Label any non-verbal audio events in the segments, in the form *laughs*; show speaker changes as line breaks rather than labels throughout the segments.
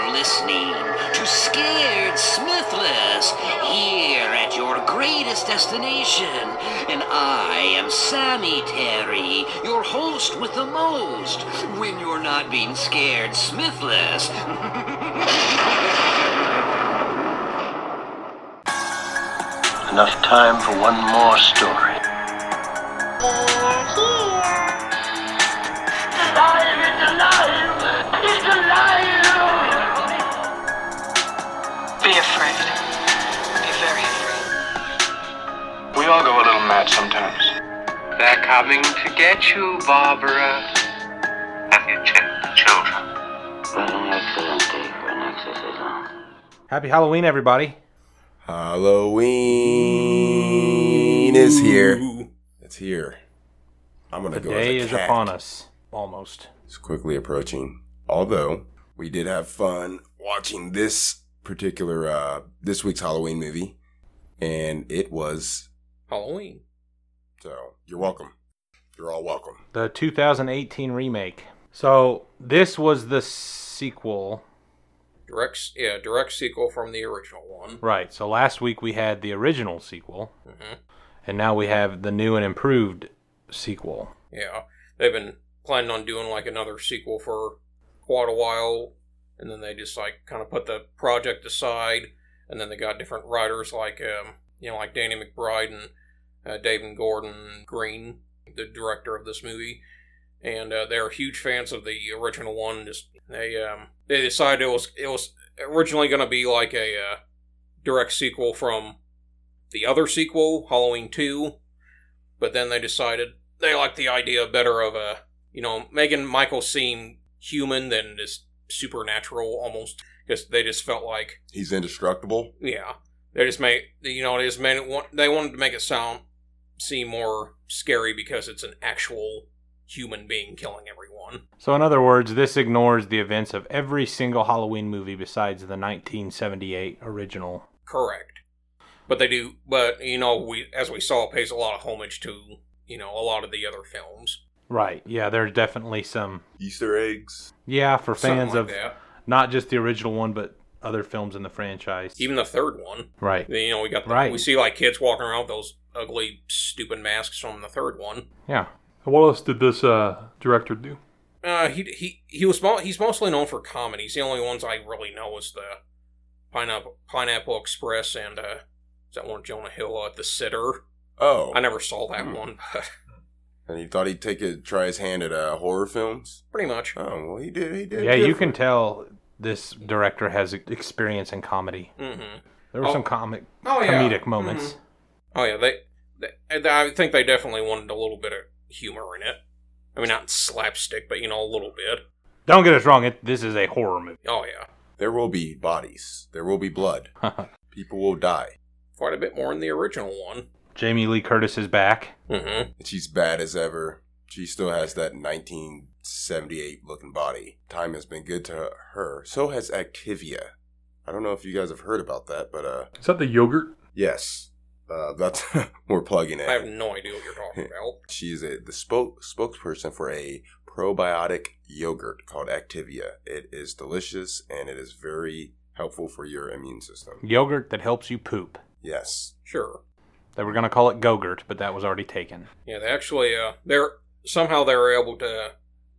listening to Scared Smithless here at your greatest destination. And I am Sammy Terry, your host with the most, when you're not being scared Smithless.
Enough time for one more story.
Be afraid. Be very afraid.
We all go a little mad sometimes.
They're coming to get you, Barbara. Have you checked the children?
Happy Halloween, everybody.
Halloween is here. It's here. I'm gonna
The
go.
day
as
is
a cat.
upon us. Almost.
It's quickly approaching. Although we did have fun watching this particular uh this week's Halloween movie, and it was
Halloween.
so. You're welcome. You're all welcome.
The 2018 remake. So, this was the sequel.
Direct, s- yeah, direct sequel from the original one.
Right. So, last week we had the original sequel,
Mhm.
and now we have the new and improved sequel.
Yeah, they've been planning on doing like another sequel for quite a while, and then they just like kind of put the project aside, and then they got different writers like um, you know like Danny McBride and uh, David Gordon Green, the director of this movie, and uh, they're huge fans of the original one. Just they um, they decided it was it was originally going to be like a uh, direct sequel from the other sequel, Halloween Two, but then they decided they liked the idea better of a you know making Michael seem human than just supernatural almost because they just felt like
He's indestructible.
yeah they just made you know they just made it want- they wanted to make it sound seem more scary because it's an actual human being killing everyone
So, in other words, this ignores the events of every single Halloween movie besides the 1978 original.
correct but they do but you know we as we saw it pays a lot of homage to you know a lot of the other films
Right. Yeah, there's definitely some.
Easter eggs.
Yeah, for
Something
fans
like
of
that.
not just the original one, but other films in the franchise.
even the third one
right.
You know, we got the,
Right.
We see like kids walking around with those ugly, stupid masks from the third one.
Yeah.
What else did this uh, director do?
Uh, he he he was mo- he's mostly known for comedies. The only ones I really know is the pineapple Pineapple Express and uh, is that one with Jonah Hill uh, the Sitter.
Oh,
I never saw that
Hmm.
one, but *laughs*
and he thought he'd take a try his hand at uh, horror films.
pretty much.
Oh well, he did. He did.
Yeah, you can
different.
tell this director has experience in comedy.
Mm-hmm.
There were
Oh.
some comic
Oh yeah,
Mm-hmm.
comedic moments.
Mhm. Oh yeah, they, they I think they definitely wanted a little bit of humor in it. I mean, not slapstick, but you know, a little bit.
Don't get us wrong; it, this is a horror movie. *laughs*
Oh yeah,
There will be bodies. There will be blood. People will die.
quite a bit more in the original one.
Jamie Lee Curtis is back.
Mm-hmm.
And she's bad as ever. She still has that 1978 looking body. Time has been good to her. So has Activia. I don't know if you guys have heard about that, but uh,
Is that the yogurt?
yes, uh, that's *laughs* we're plugging
I have
in.
no idea what you're talking about.
She's a, the spoke, spokesperson for a probiotic yogurt called Activia. It is delicious and it is very helpful for your immune system.
Yogurt that helps you poop.
Yes,
Sure.
They were gonna call it Gogurt, but that was already taken.
Yeah, they actually uh, they're somehow they were able to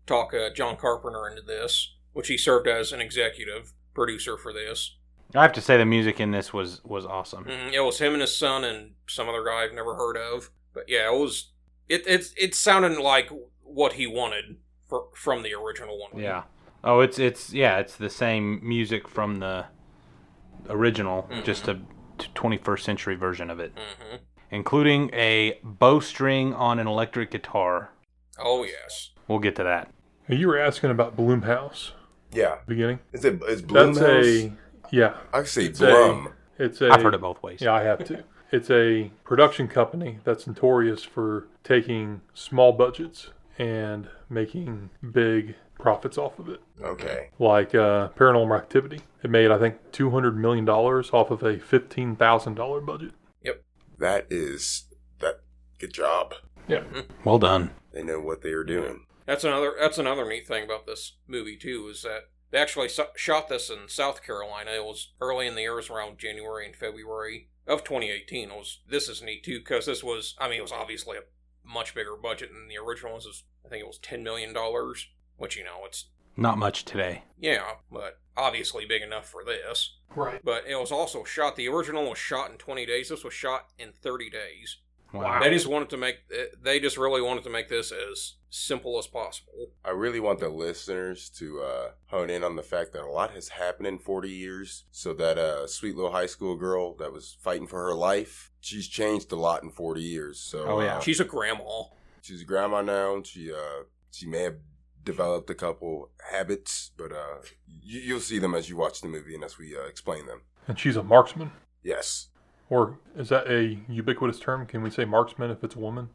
talk uh, John Carpenter into this, which he served as an executive producer for this.
I have to say, the music in this was was awesome.
Mhm, It was him and his son and some other guy I've never heard of. But yeah, it was it it it sounded like what he wanted for, from the original one.
Yeah. Oh, it's it's yeah, it's the same music from the original,
Mm-hmm.
just a t- 21st century version of it,
hmm
including a bowstring on an electric guitar.
Oh yes.
We'll get to that.
You were asking about Bloomhouse
yeah.
at the beginning.
Is it? Is
That's
Blumhouse?
a yeah.
I say
a-
Blum.
It's a
I've heard it both ways.
Yeah, I have
*laughs*
to. It's a production company that's notorious for taking small budgets and making big profits off of it.
Okay.
Like uh, Paranormal Activity, it made I think two hundred million dollars off of a fifteen thousand dollar budget.
That is that good job.
Yeah,
Well done.
They know what they are doing.
That's another that's another neat thing about this movie too is that They actually so- shot this in South Carolina. It was early in the years, around January and February of 2018. It was this is neat too because this was I mean it was obviously a much bigger budget than the original ones. It was, I think it was 10 million dollars, which you know it's
Not much today.
yeah, but obviously big enough for this.
Right.
But it was also shot. The original was shot in 20 days. This was shot in 30 days.
Wow.
They just wanted to make. They just really wanted to make this as simple as possible.
I really want the listeners to uh, hone in on the fact that a lot has happened in 40 years. So that uh, sweet little high school girl that was fighting for her life, she's changed a lot in 40 years. So
Oh, yeah.
uh,
She's a grandma.
she's a grandma now. She uh, she may have developed a couple habits, but uh, you, you'll see them as you watch the movie and as we uh, explain them.
And she's a marksman.
Yes,
Or is that a ubiquitous term? Can we say marksman if it's a woman?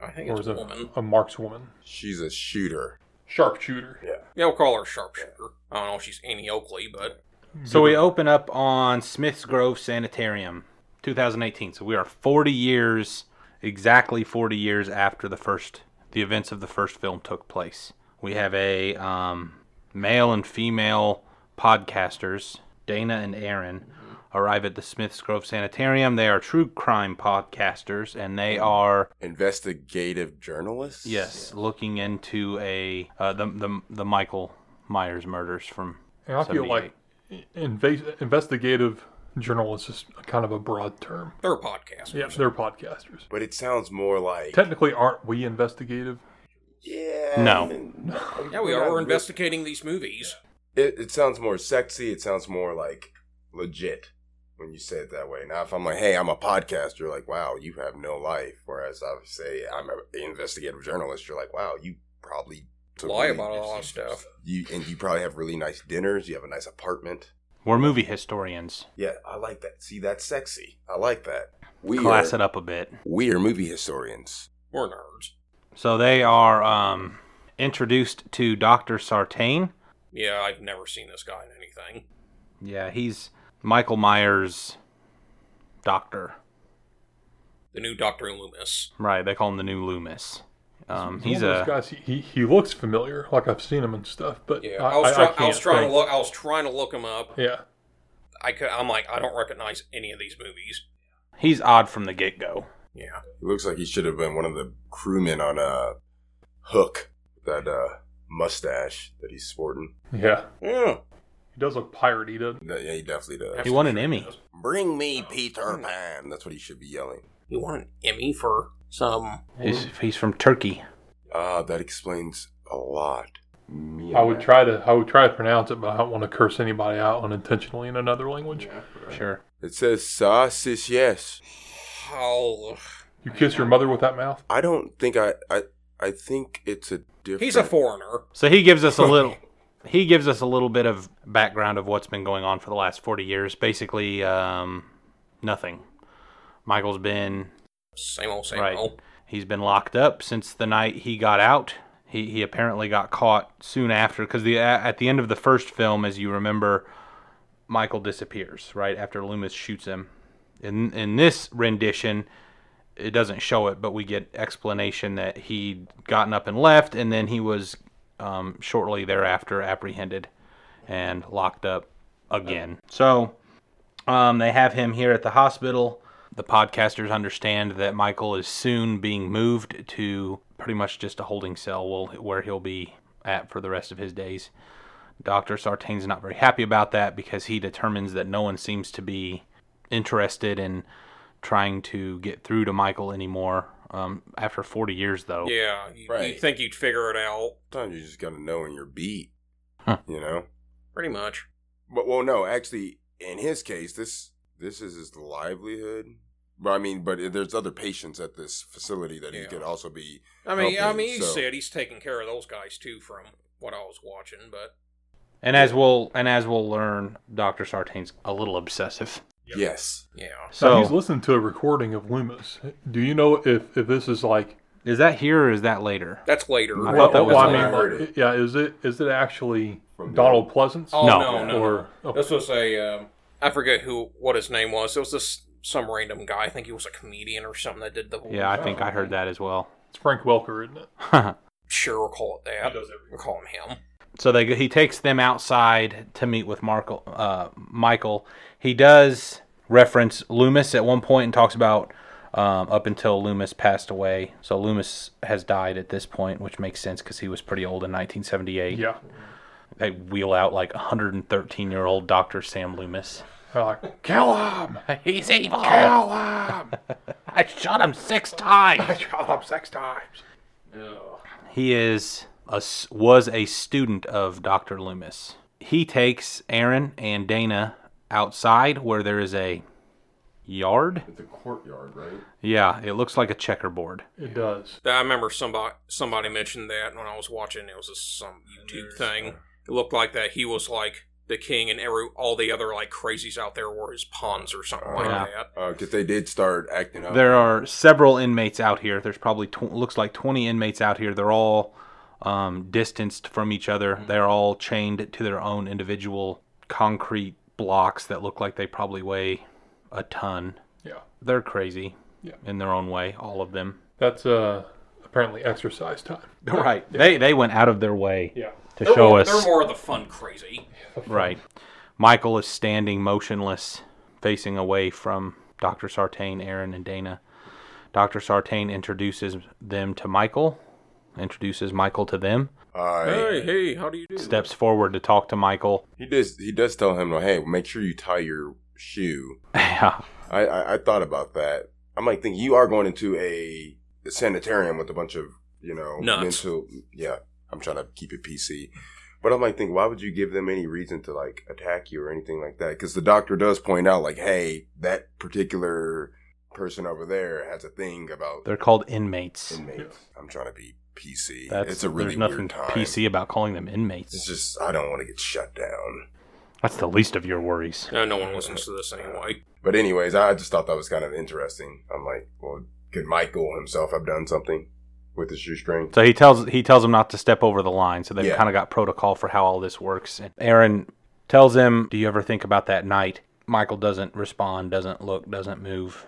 I think
Or
it's
is
a
it
woman.
a markswoman?
she's a shooter.
Sharpshooter.
Yeah, we'll call her sharpshooter. I don't know if she's Annie Oakley, but
So we open up on Smiths Grove Sanitarium, 2018. So we are 40 years, exactly 40 years after the first, the events of the first film took place. We have a um, male and female podcasters, Dana and Aaron, arrive at the Smiths Grove Sanitarium. They are true crime podcasters, and they are
Investigative journalist.
yes looking into a uh, the, the the Michael Myers murders from.
And I feel like inv- investigative journalists is kind of a broad term.
they're podcasters.
Yeah, they're podcasters.
But it sounds more like
Technically, aren't we investigative?
yeah.
No.
Yeah, we are. We're investigating these movies.
it, it sounds more sexy. It sounds more like legit when you say it that way. Now, if I'm like, hey, I'm a podcaster, you're like, wow, you have no life. Whereas I would say I'm an investigative journalist, you're like, wow, you probably took
Lie about a lot of stuff.
You and you probably have really nice dinners. You have a nice apartment.
We're movie historians.
Yeah, I like that. See, that's sexy. I like that. We
Class
are,
it up a bit.
We are movie historians.
We're nerds.
So they are um, introduced to Doctor Sartain.
Yeah, I've never seen this guy in anything.
Yeah, he's Michael Myers' doctor.
The new Doctor Loomis.
Right, they call him the new Loomis. Um,
One
he's
of those
a
guys. He, he, he looks familiar, like I've seen him and stuff. But
Yeah,
I,
I, was,
I-
try-
I
I, was
can't
trying
think.
to look. I was trying to look him up.
Yeah,
I could, I'm like, I don't recognize any of these movies.
he's odd from the get go.
Yeah,
He looks like he should have been one of the crewmen on uh, Hook. That uh, mustache that he's sporting.
yeah.
yeah.
He does look piratey, doesn't?
Yeah, he definitely does.
He won an Emmy.
Bring me Peter Pan. That's what he should be yelling.
He won an Emmy for some.
He's, he's from Turkey.
Ah, that explains a lot.
he? I would try to I would try to pronounce it, but I don't want to curse anybody out unintentionally in another language.
Sure.
It says sausage, yes.
How?
You kiss your mother with that mouth.
I don't think I, I, I think it's a different.
He's a foreigner.
So he gives us a little. He gives us a little bit of background of what's been going on for the last forty years. Basically, um, nothing. Michael's been
Same old, same
Right.
old.
He's been locked up since the night he got out. He, he apparently got caught soon after because the at the end of the first film, as you remember, Michael disappears right after Loomis shoots him. In in this rendition, it doesn't show it, but we get explanation that he'd gotten up and left, and then he was um, shortly thereafter apprehended and locked up again. So um, they have him here at the hospital. The podcasters understand that Michael is soon being moved to pretty much just a holding cell will- where he'll be at for the rest of his days. Dr. Sartain's not very happy about that because he determines that no one seems to be interested in trying to get through to Michael anymore. Um, after 40 years,
Oh.
though.
Yeah, you,
Right.
you'd think you'd figure it out
Sometimes you just gotta know in your beat,
Huh.
you know.
pretty much.
But well, no, actually, in his case, this this is his livelihood. But I mean, but eh, there's other patients at this facility that he
Yeah.
could also be.
I mean,
helping,
I mean, he
so-
said he's taking care of those guys too, from what I was watching. But
And as we'll and as we'll learn, Dr. Sartain's a little obsessive.
Yes,
yeah,
So
So
he's listening to a recording of Loomis. Do you know if if this is like
is that here or is that later?
that's later.
I thought that was
well, I
later.
mean, like, yeah, is it is it actually
From
Donald Pleasance?
Oh
No.
no, no, no.
Or oh,
This was a um, I forget who what his name was. It was this some random guy. I think he was a comedian or something that did the.
Yeah, I think I heard that as well.
it's Frank Welker, isn't it?
Sure, we'll call it that. We'll call him him.
So they he takes them outside to meet with Markle, uh, Michael. He does reference Loomis at one point and talks about um, up until Loomis passed away. So Loomis has died at this point, which makes sense because he was pretty old in 1978.
Yeah.
They wheel out like 113 year old Dr. Sam Loomis.
They're like, kill him!
He's evil.
Kill him!
*laughs*
I shot him six times.
I shot him six times.
He is a, s- was a student of Dr. Loomis. He takes Aaron and Dana outside where there is a yard.
It's a courtyard, right?
Yeah, it looks like a checkerboard.
It does.
I remember somebody somebody mentioned that when I was watching. It was a, some YouTube thing. It looked like that he was like the king, and every all the other like crazies out there were his pawns or something like
Yeah.
that.
Uh, cause they did start acting up.
Oh. There are several inmates out here. There's probably tw- looks like 20 inmates out here. They're all um, distanced from each other.
Mm-hmm.
They're all chained to their own individual concrete blocks that look like they probably weigh a ton.
Yeah.
They're crazy
Yeah.
in their own way, all of them.
That's uh, apparently exercise time.
Right. They they went out of their way
Yeah.
to
They're
show
more,
us.
They're more of the fun crazy.
Right. Michael is standing motionless, facing away from Dr. Sartain, Aaron, and Dana. Dr. Sartain introduces them to Michael, introduces Michael to them,
Uh,
Hey, hey, how do you do?
steps forward to talk to Michael. *laughs*
He does. He does tell him, like, "Hey, make sure you tie your shoe."
Yeah.
I, I, I thought about that. I'm like thinking you are going into a sanitarium with a bunch of you know
Nuts.
mental. Yeah, I'm trying to keep it PC, but I'm like thinking, why would you give them any reason to like attack you or anything like that? Because the doctor does point out, like, hey, that particular person over there has a thing about
They're called inmates.
inmates. I'm trying to be PC.
That's
it's a really
there's nothing
weird time.
PC about calling them inmates.
It's just I don't want to get shut down.
That's the least of your worries.
Uh, no one listens to this anyway.
But anyways, I just thought that was kind of interesting. I'm like, well, could Michael himself have done something with the shoestring?
So he tells he tells them not to step over the line. So they've
Yeah.
kind of got protocol for how all this works. And Aaron tells him, "Do you ever think about that night?" Michael doesn't respond, doesn't look, doesn't move.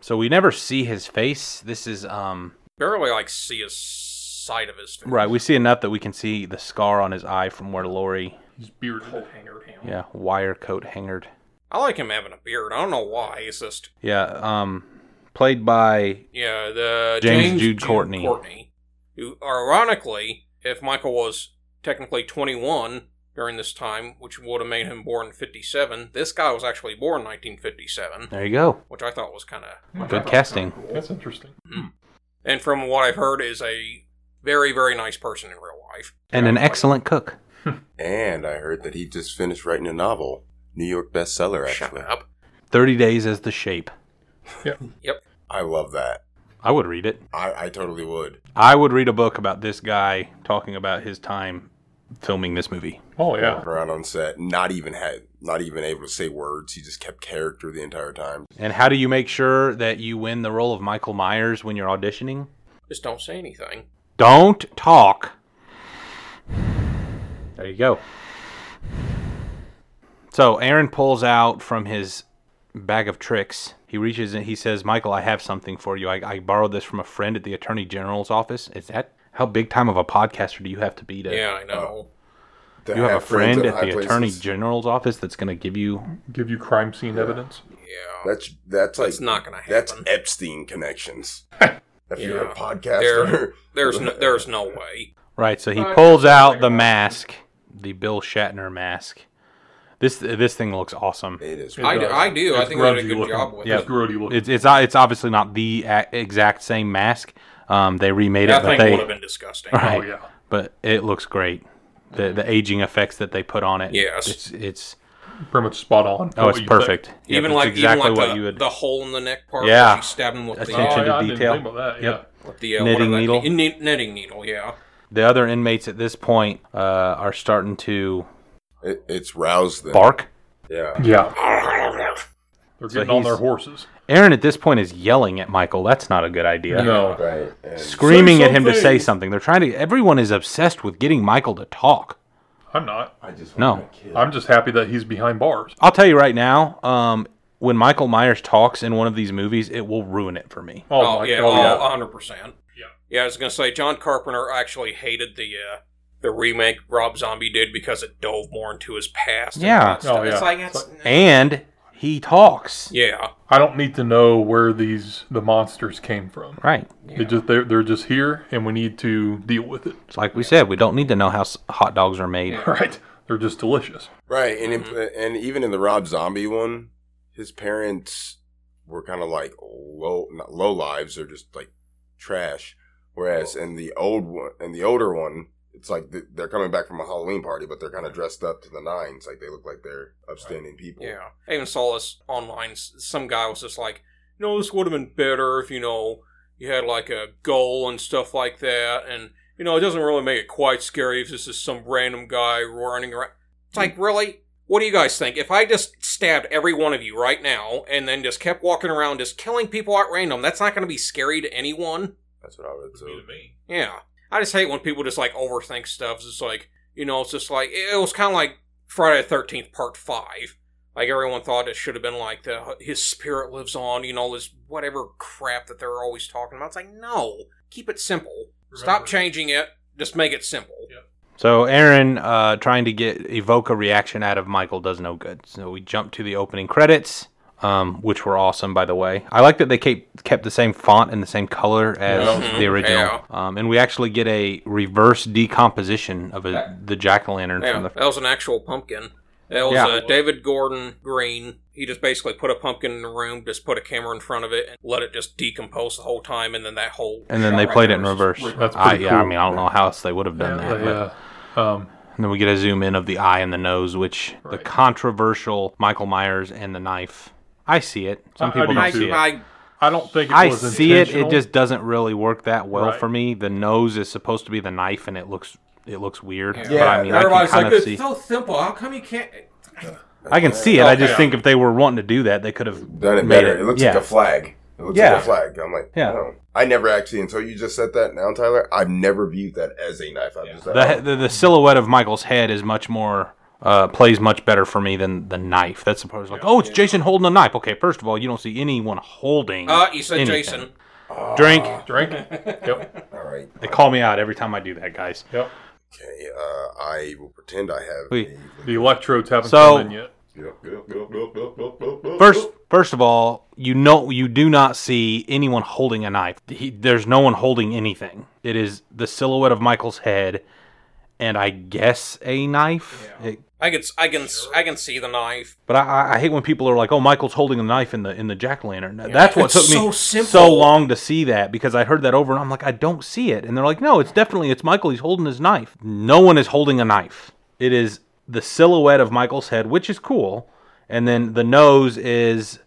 So we never see his face. This is um
Barely like see a side of his face.
right. We see enough that we can see the scar on his eye from where Lori,
He's bearded.
yeah, wire coat hangered.
I like him having a beard. I don't know why. It's just
Yeah, um, played by
yeah, the
James Jude Courtney.
Courtney, who ironically, if Michael was technically 21 during this time, which would have made him born in 57, this guy was actually born 1957,
there you go.
which I thought was kind of.
Good casting.
That's interesting.
And from what I've heard, is a very very nice person in real life.
And an excellent cook.
And I heard that he just finished writing a novel, New York bestseller. Actually,
Shut up.
30 days as the shape.
I love that.
I would read it.
I, I totally would.
I would read a book about this guy talking about his time filming this movie.
Oh, yeah.
Walk around on set, not even had, not even able to say words. He just kept character the entire time.
And how do you make sure that you win the role of Michael Myers when you're auditioning?
Just don't say anything.
Don't talk. There you go. So Aaron pulls out from his bag of tricks. He reaches and he says, Michael, I have something for you. I, I borrowed this from a friend at the attorney general's office. Is that how big time of a podcaster do you have to be to?
Yeah, I know.
To
You have, a
friends
friend at
high
the
places.
attorney general's office that's going to give you
Give you crime scene evidence.
Yeah,
That's that's like
That's not gonna
That's
happen.
*laughs*
Epstein connections. if you're
Yeah.
a podcaster,
There- *laughs* there's no,
*laughs*
there's no way.
Right, so he pulls out the mask, the Bill Shatner mask. This this thing looks awesome.
it is.
I, do- I do. I
It's
think they did a
grungy
good
looking.
job with
Yeah.
it.
It's grody looking.
It's it's it's obviously not the a- exact same mask. Um, they remade it,
That
but
thing
they
would have been disgusting.
right,
Oh, yeah.
but it looks great. The the aging effects that they put on it.
Yes.
it's it's
Pretty much spot on.
oh,
What
it's
you
perfect. Yep,
even
it's
like
exactly
even like
what
the,
you would.
the hole in the neck part.
Yeah.
where she stabbed him with the,
think.
Attention
Oh,
to
yeah, I didn't
detail.
think about that.
Yep.
Yeah.
with the uh,
Knitting
whatever
needle.
that, knit- knitting needle. Yeah,
the other inmates at this point uh, are starting to
It, it's roused them.
bark.
Yeah.
Yeah.
*laughs*
They're
So
getting on their
he's-
horses.
Aaron at this point is yelling at Michael. That's not a good idea.
No.
Right. And
Screaming
Say
at him to say
something.
something. They're trying to. Everyone is obsessed with getting Michael to talk.
I'm not.
I just
No.
want to kill.
I'm just happy that he's behind bars.
I'll tell you right now, um, when Michael Myers talks in one of these movies, it will ruin it for me.
Oh,
oh,
my
yeah,
God.
hundred percent. Yeah, yeah. I was gonna say John Carpenter actually hated the uh, the remake Rob Zombie did because it dove more into his past. and
Yeah.
all that stuff.
Oh, yeah.
It's like, it's,
And he talks.
yeah.
I don't need to know where these the monsters came from.
Right.
They just they're, they're just here, and we need to deal with it. *laughs*
It's like we said, we don't need to know how s- hot dogs are made.
Right? They're just delicious.
Right, and in, and even in the Rob Zombie one, his parents were kind of like low not low lives or just like trash. Whereas in the old one, in the older one, it's like th- they're coming back from a Halloween party, but they're kind of dressed up to the nines, like they look like they're upstanding people.
Yeah. I even saw this online. S- Some guy was just like, you know, this would have been better if, you know, you had like a goal and stuff like that. And, you know, it doesn't really make it quite scary if this is some random guy running around. It's like, really? What do you guys think? If I just stabbed every one of you right now and then just kept walking around just killing people at random, that's not going to be scary to anyone.
that's what I would say.
Yeah. I just hate when people just like overthink stuff. It's like, you know, it's just like, it was kind of like Friday the 13th, part five. Like everyone thought it should have been like the his spirit lives on, you know, this whatever crap that they're always talking about. It's like, no, keep it simple. Stop changing it. Just make it simple.
So Aaron uh, trying to get evoke a reaction out of Michael does no good. So we jump to the opening credits, um, which were awesome, by the way. I like that they kept kept the same font and the same color as
Yeah.
the original,
Yeah.
um, and we actually get a reverse decomposition of a, the jack o' lantern
Yeah,
from the.
that was an actual pumpkin. That was
Yeah.
uh, David Gordon Green. He just basically put a pumpkin in the room, just put a camera in front of it, and let it just decompose the whole time, and then that whole.
And then they
shot
played it
right
in
there was
reverse.
That's
I,
pretty
yeah, I
cool.
mean, I don't know how else they would have done that.
They,
but-
uh, um,
And then we get a zoom in of the eye and the nose, which the
Right.
controversial Michael Myers and the knife. I see it. Some
I- I
people
do
don't
too.
see it.
I, I
I don't think it
I
was
see it. It
intentional.
just doesn't really work that well
Right.
for me. The nose is supposed to be the knife, and it looks it looks weird.
Yeah.
but I mean, I can
Everybody's
kind
like,
of
it's
see.
so simple. How come you can't?
I can see it. I just
Okay.
think if they were wanting to do that, they could have
Done it
made
better. It, looks
yeah.
like a flag. It looks
Yeah.
like a flag. I'm like,
Yeah.
yeah. I never actually until you just said that now, Tyler. I've never viewed that as a knife. I'm just like,
the, the the silhouette of Michael's head is much more. Uh, plays much better for me than the knife. That's supposed like, oh, it's Jason holding a knife. Okay, first of all, you don't see anyone holding.
Uh, you said
Mm. anything.
Jason. Uh,
Drink.
drink. yep.
oh, all right.
They call me out every time I do that, guys.
Yep.
Okay, uh, I will pretend I have.
Wait.
a-
The electrodes haven't
So-
come in yet.
First, first of all, you know you do not see anyone holding a knife. He, there's no one holding anything. It is the silhouette of Michael's head, and I guess a knife. It-
I can, I can, I can see the knife.
but I- I, I hate when people are like, "Oh, Michael's holding a knife in the in the jack o' lantern." That's what
It's
took
so
me
simple.
so long to see that because I heard that over and I'm like, I don't see it, and they're like, "No, it's definitely it's Michael. He's holding his knife. No one is holding a knife. It is the silhouette of Michael's head, which is cool, and then the nose is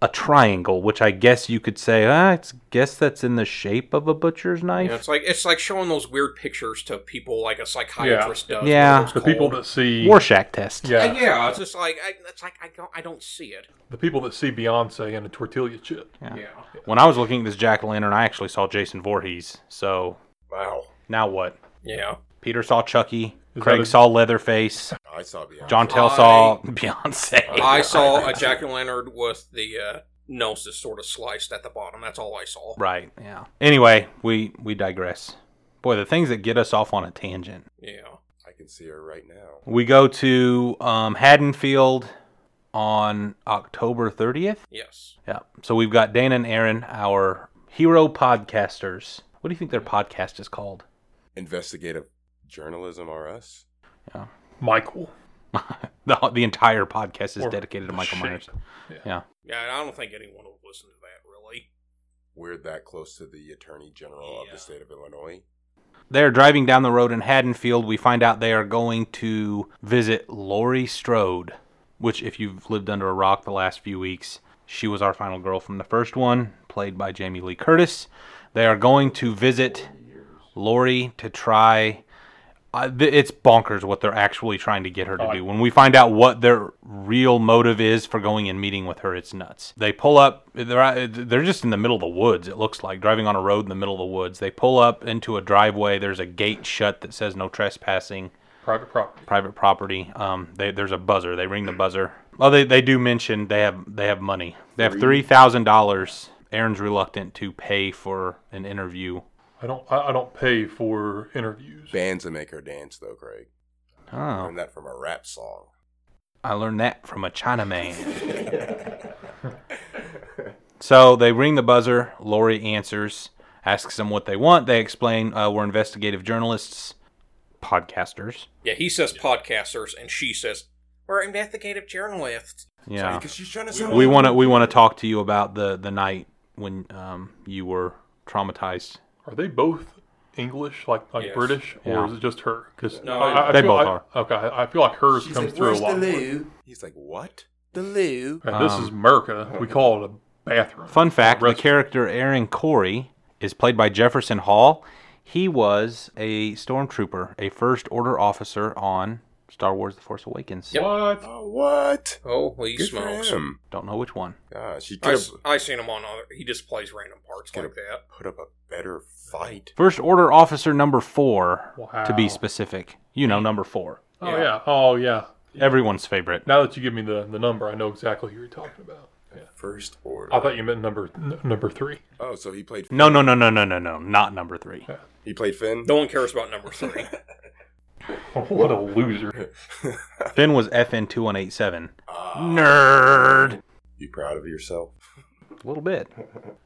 a triangle, which I guess you could say, ah, I guess that's in the shape of a butcher's
You know,
knife.
it's like it's like showing those weird pictures to people like a psychiatrist does. where
Yeah.
it's
The people
cold.
that see
Rorschach test.
yeah,
Uh, yeah, it's just like I, it's like I don't, I don't see it.
the people that see Beyonce in a tortilla chip.
Yeah,
When I was looking at this jack o' lantern, I actually saw Jason Voorhees. So
Wow.
now what?
yeah.
Peter saw Chucky.
Is
Craig
that a-
saw Leatherface.
I saw Beyonce.
John Tell
I-
saw Beyonce.
I saw
*laughs*
a jack o' lantern with the uh, nose is sort of sliced at the bottom. That's all I saw.
right. Yeah. Anyway, we we digress. Boy, the things that get us off on a tangent.
Yeah,
I can see her right now.
We go to um, Haddonfield on October 30th.
yes.
Yeah. So we've got Dana and Aaron, our hero podcasters. What do you think their podcast is called? *laughs*
Investigative journalism, or us?
Michael.
The, the entire podcast is
Or
dedicated to
the
Michael
shape.
Myers. Yeah.
Yeah, and I don't think anyone would listen to that really.
We're that close to the Attorney General of
Yeah.
the state of Illinois.
They're driving down the road in Haddonfield. We find out they are going to visit Laurie Strode, which, if you've lived under a rock the last few weeks, she was our final girl from the first one, played by Jamie Lee Curtis. They are going to visit Laurie to try. Uh, th- it's bonkers what they're actually trying to get her to do. When we find out what their real motive is for going and meeting with her, it's nuts. They pull up. They're out- they're just in the middle of the woods. It looks like driving on a road in the middle of the woods. They pull up into a driveway. There's a gate shut that says no trespassing
Private property.
private property. Um, they, there's a buzzer. They ring the buzzer. Well, they, they do mention they have they have money. They have three thousand dollars. Aaron's reluctant to pay for an interview
I don't. I, I don't pay for interviews.
Bands that make her dance, though, Craig. I
Oh,
learned that from a rap song.
I learned that from a Chinaman. so they ring the buzzer. Lori answers, asks them what they want. They explain uh, we're investigative journalists, podcasters.
Yeah, he says podcasters, and she says we're investigative journalists.
Yeah,
Because she's trying to sound
we want to we want to talk to you about the the night when um, you were traumatized.
Are they both English, like like
Yes.
British, or
Yeah.
is it just her? Because
No,
they
feel
both
I-
are.
Okay, I I feel like hers comes through a lot. more.
He's like, what?
And this is America. We call it a bathroom.
Um, Fun fact: the
Rest-
character Aaron Corey is played by Jefferson Hall. He was a stormtrooper, a first order officer on Star Wars: The Force Awakens.
Yep.
What?
Oh, what?
Holy
Good for
smokes!
him.
Don't know which one.
God, she
I,
could
s-
have
I seen him on other. He just plays random parts
Get
like that.
put up a better fight.
First order officer number four, to
Wow.
be specific. You know, number four.
Oh yeah. Oh yeah.
Everyone's favorite.
Now that you give me the, the number, I know exactly who you're talking about. Yeah.
First order.
I thought you meant number n- number
*laughs*
three.
Oh, so he played.
No, no, no, no, no, no, no. Not number three.
He played Finn.
No one cares about number three.
what a loser!
Finn was FN two one eight seven. Nerd.
You proud of yourself?
A little bit.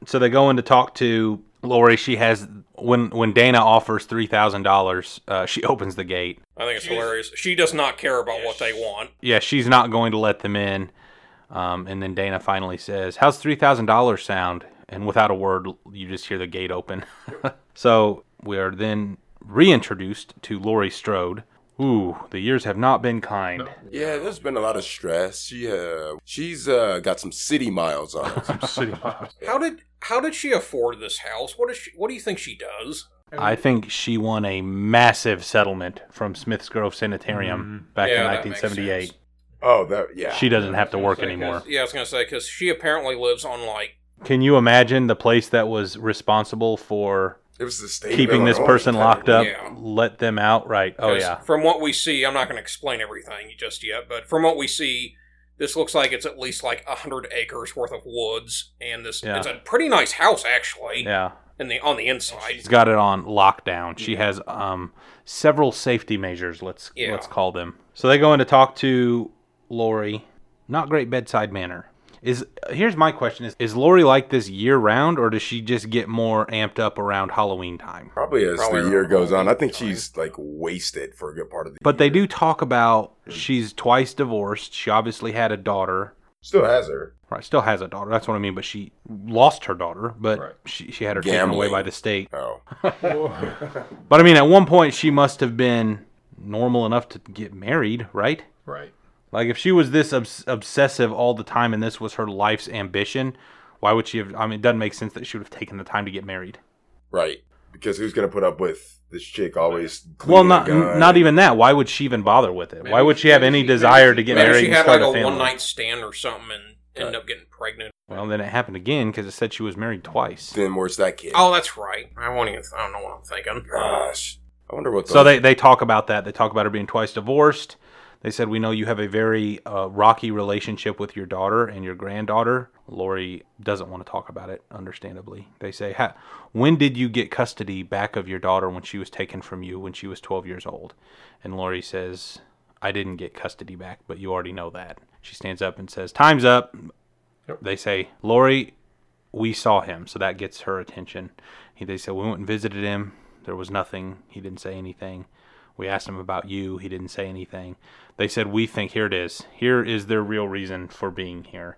So they go in to talk to Lori. She has when when Dana offers three thousand uh, dollars, she *laughs* opens the gate.
I think it's hilarious. She does not care about what they want.
yeah, she's not going to let them in. Um, and then Dana finally says, "How's three thousand dollars sound?" And without a word, you just hear the gate open. *laughs* so we are then reintroduced to Laurie Strode. Ooh, the years have not been kind.
Yeah, there's been a lot of stress. She uh, she's uh, got some city miles on her.
*laughs*
Some *laughs* city miles.
How did how did she afford this house? What is she, what do you think she does?
I think she won a massive settlement from Smiths Grove Sanitarium back
Mm-hmm. Yeah, that
in
makes
1978.
sense.
oh, that yeah.
She doesn't have to work
Say, 'cause-
anymore.
Yeah, I was gonna say because she apparently lives on like
Can you imagine the place that was responsible for
it was the state of
keeping this
Illinois,
person locked up,
Yeah.
let them out? Right. Oh
'cause
yeah.
From what we see, I'm not gonna explain everything just yet, but from what we see, this looks like it's at least like hundred acres worth of woods, and this
Yeah.
it's a pretty nice house actually.
Yeah.
In the on the inside,
She's got it on lockdown. She has um, several safety measures. Let's
Yeah.
let's call them. So they go in to talk to Lori. Not great bedside manner. Is here's my question: Is is Lori like this year round, or does she just get more amped up around Halloween time?
Probably as
Probably
the year
around
goes on, I think she's like wasted for a good part of the.
But they do talk about she's twice divorced. She obviously had a daughter.
Still has her.
Right, still has a daughter. That's what I mean. But she lost her daughter, but
Right.
she, she had her taken away
Gambling.
by the state.
Oh,
But I mean, at one point, she must have been normal enough to get married, right?
Right.
Like if she was this obs- obsessive all the time and this was her life's ambition, why would she have I mean it doesn't make sense that she would have taken the time to get married.
right. Because who's gonna put up with this chick always?
well,
gluing a
not
gun
not
and-
even that. Why would she even bother with it? why would she have any desire to get
Maybe
married
she
and
had like
start
a
a family?
one night stand or something and ended up getting pregnant.
Well, then it happened again cuz it said she was married twice.
Then where's that kid?
Oh, that's right. I won't even. I don't know what I'm
*sighs*
thinking.
gosh. I wonder what.
So they they talk about that. They talk about her being twice divorced. They said we know you have a very uh, rocky relationship with your daughter and your granddaughter. Lori doesn't want to talk about it, understandably. They say, ha, "When did you get custody back of your daughter when she was taken from you when she was 12 years old?" And Lori says, "I didn't get custody back, but you already know that." She stands up and says, "Time's up." They say, "Lori, we saw him, so that gets her attention. He, they said we went and visited him. There was nothing. He didn't say anything. We asked him about you. He didn't say anything. They said we think here it is. Here is their real reason for being here.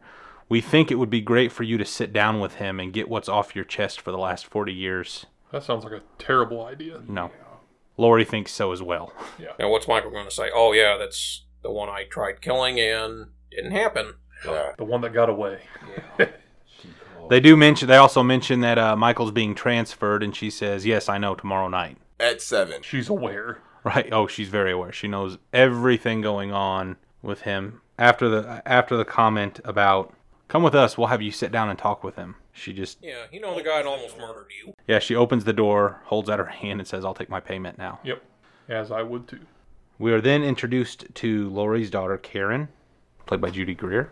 We think it would be great for you to sit down with him and get what's off your chest for the last 40 years.
That sounds like a terrible idea.
No. Lori thinks so as well.
Now, what's Michael going to say? Oh, yeah, that's the one I tried killing and didn't happen.
Yeah.
The one that got away.
They do mention, they also mention that uh, Michael's being transferred, and she says, Yes, I know, tomorrow night.
At seven.
She's aware.
Right. Oh, she's very aware. She knows everything going on with him. After the after the comment about come with us, we'll have you sit down and talk with him. She just
Yeah, you know the guy that almost murdered you.
yeah, she opens the door, holds out her hand and says, "I'll take my payment now."
Yep. As I would too.
We are then introduced to Lori's daughter Karen, played by Judy Greer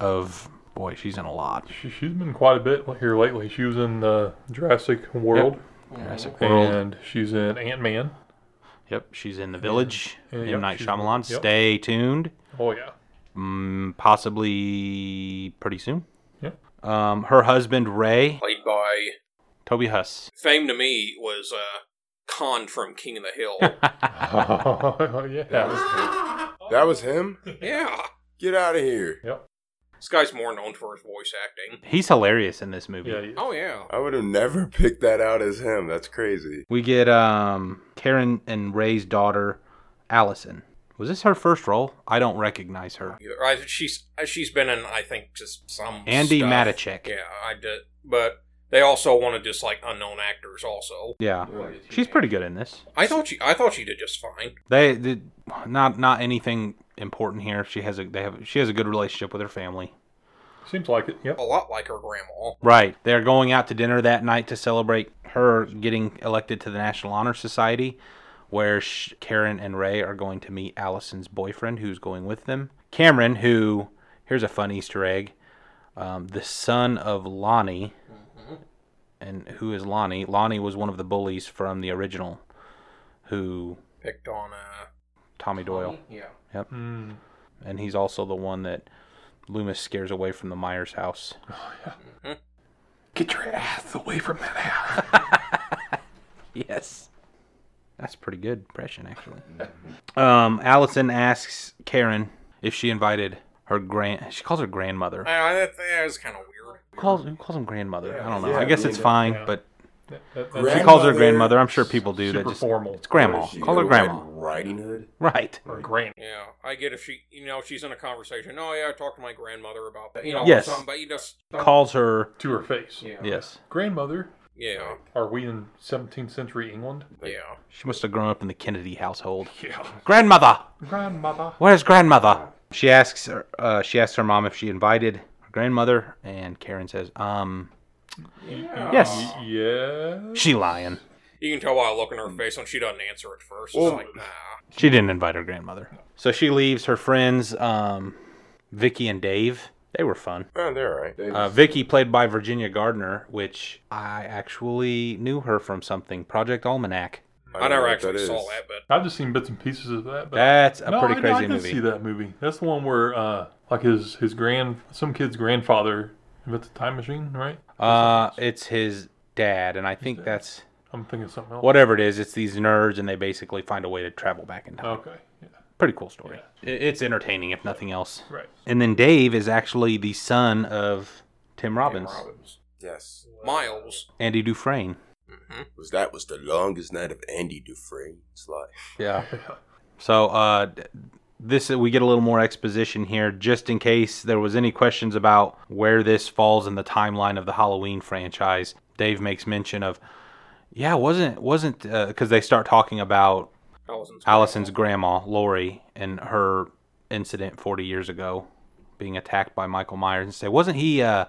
of boy, she's in a lot.
She, she's been quite a bit here lately. She was in the Jurassic World.
Jurassic World.
and she's in Ant Man.
Yep, she's in the village.
Yeah,
M.
yep,
Night
she's-
Shyamalan.
yep.
Stay tuned. *laughs*
Oh yeah,
Mm, possibly pretty soon.
Yeah.
Um, her husband Ray
Played by
Toby Huss.
Fame to me was uh, Khan from King of the Hill.
*laughs* Oh.
*laughs* yeah.
That was him. That was him?
yeah,
Get out of here.
Yep.
this guy's more known for his voice acting.
He's hilarious in this movie.
Yeah. yeah.
Oh yeah,
I would have never *laughs* picked that out as him. That's crazy.
We get um, Karen and Ray's daughter, Allison. Was this her first role? I don't recognize her.
Yeah, I, she's she's been in I think just some
Andy
stuff.
Maticek.
Yeah, I did, but they also wanted just like unknown actors. Also,
Yeah. She's pretty good in this.
I thought she I thought she did just fine.
They did not not anything important here. She has a they have she has a good relationship with her family.
Seems like it. Yep.
A lot like her grandma.
Right. They're going out to dinner that night to celebrate her getting elected to the National Honor Society, where sh- Karen and Ray are going to meet Allison's boyfriend, who's going with them. Cameron, who, here's a fun Easter egg, um, the son of Lonnie. And who is Lonnie? Lonnie was one of the bullies from the original, who,
Picked on uh
Tommy Doyle.
yeah.
Mm.
And he's also the one that Loomis scares away from the Myers house.
Get your ass away from that house.
Yes. That's a pretty good impression, actually. um, Allison asks Karen if she invited her grand. She calls her grandmother.
I, that, that was kind of weird.
Who calls, who calls them grandmother? I don't know.
yeah,
I guess
I
it's
mean,
fine,
yeah.
but
That-
she
that's
Grandma-
calls her
Grandmother.
grandmother. I'm sure people do. That
super
just
formal.
it's grandma.
She
Call her
Red
grandma.
Riding Hood?
Right.
Or granny.
Yeah, I get if she, you know, she's in a conversation. Oh yeah, I talked to my grandmother about that, you know,
Yes.
or something. But you just
Calls her.
To her face.
yeah,
Yes.
Grandmother.
yeah,
Are we in 17th century England?
yeah.
She must have grown up in the Kennedy household.
Yeah.
Grandmother.
Grandmother.
Where's grandmother? She asks her. Uh, she asks her mom if she invited her grandmother, and Karen says, "Um, yes."
Yeah.
She lying.
You can tell by the look in her face when she doesn't answer at first. It's
Well-
like, nah.
She didn't invite her grandmother. So she leaves her friends, um, Vicky and Dave. They were fun.
Oh, they're all right. They-
Uh, Vicky, played by Virginia Gardner, which I actually knew her from something Project Almanac.
I, never
what
actually
is.
saw that, but
I've just seen bits and pieces of that. But
That's a
No,
pretty
I, I
crazy
did
movie.
see that movie. That's the one where uh, like his his grand some kid's grandfather invented the time machine, right?
Uh, it's his dad, and I think that's
I'm thinking of something else.
whatever it is. It's these nerds, and they basically find a way to travel back in time.
Okay. Yeah.
Pretty cool story. I- It's entertaining, if nothing else.
Right.
And then Dave is actually the son of Tim Robbins,
Yes.
Miles.
Andy Dufresne.
Was that was the longest night of Andy Dufresne's life.
Yeah. So uh, d- this we get a little more exposition here, just in case there was any questions about where this falls in the timeline of the Halloween franchise. Dave makes mention of, yeah, wasn't wasn't because they start talking about
Allison's
Allison's grandma, Lori, and her incident 40 years ago, being attacked by Michael Myers, and say, wasn't he, uh,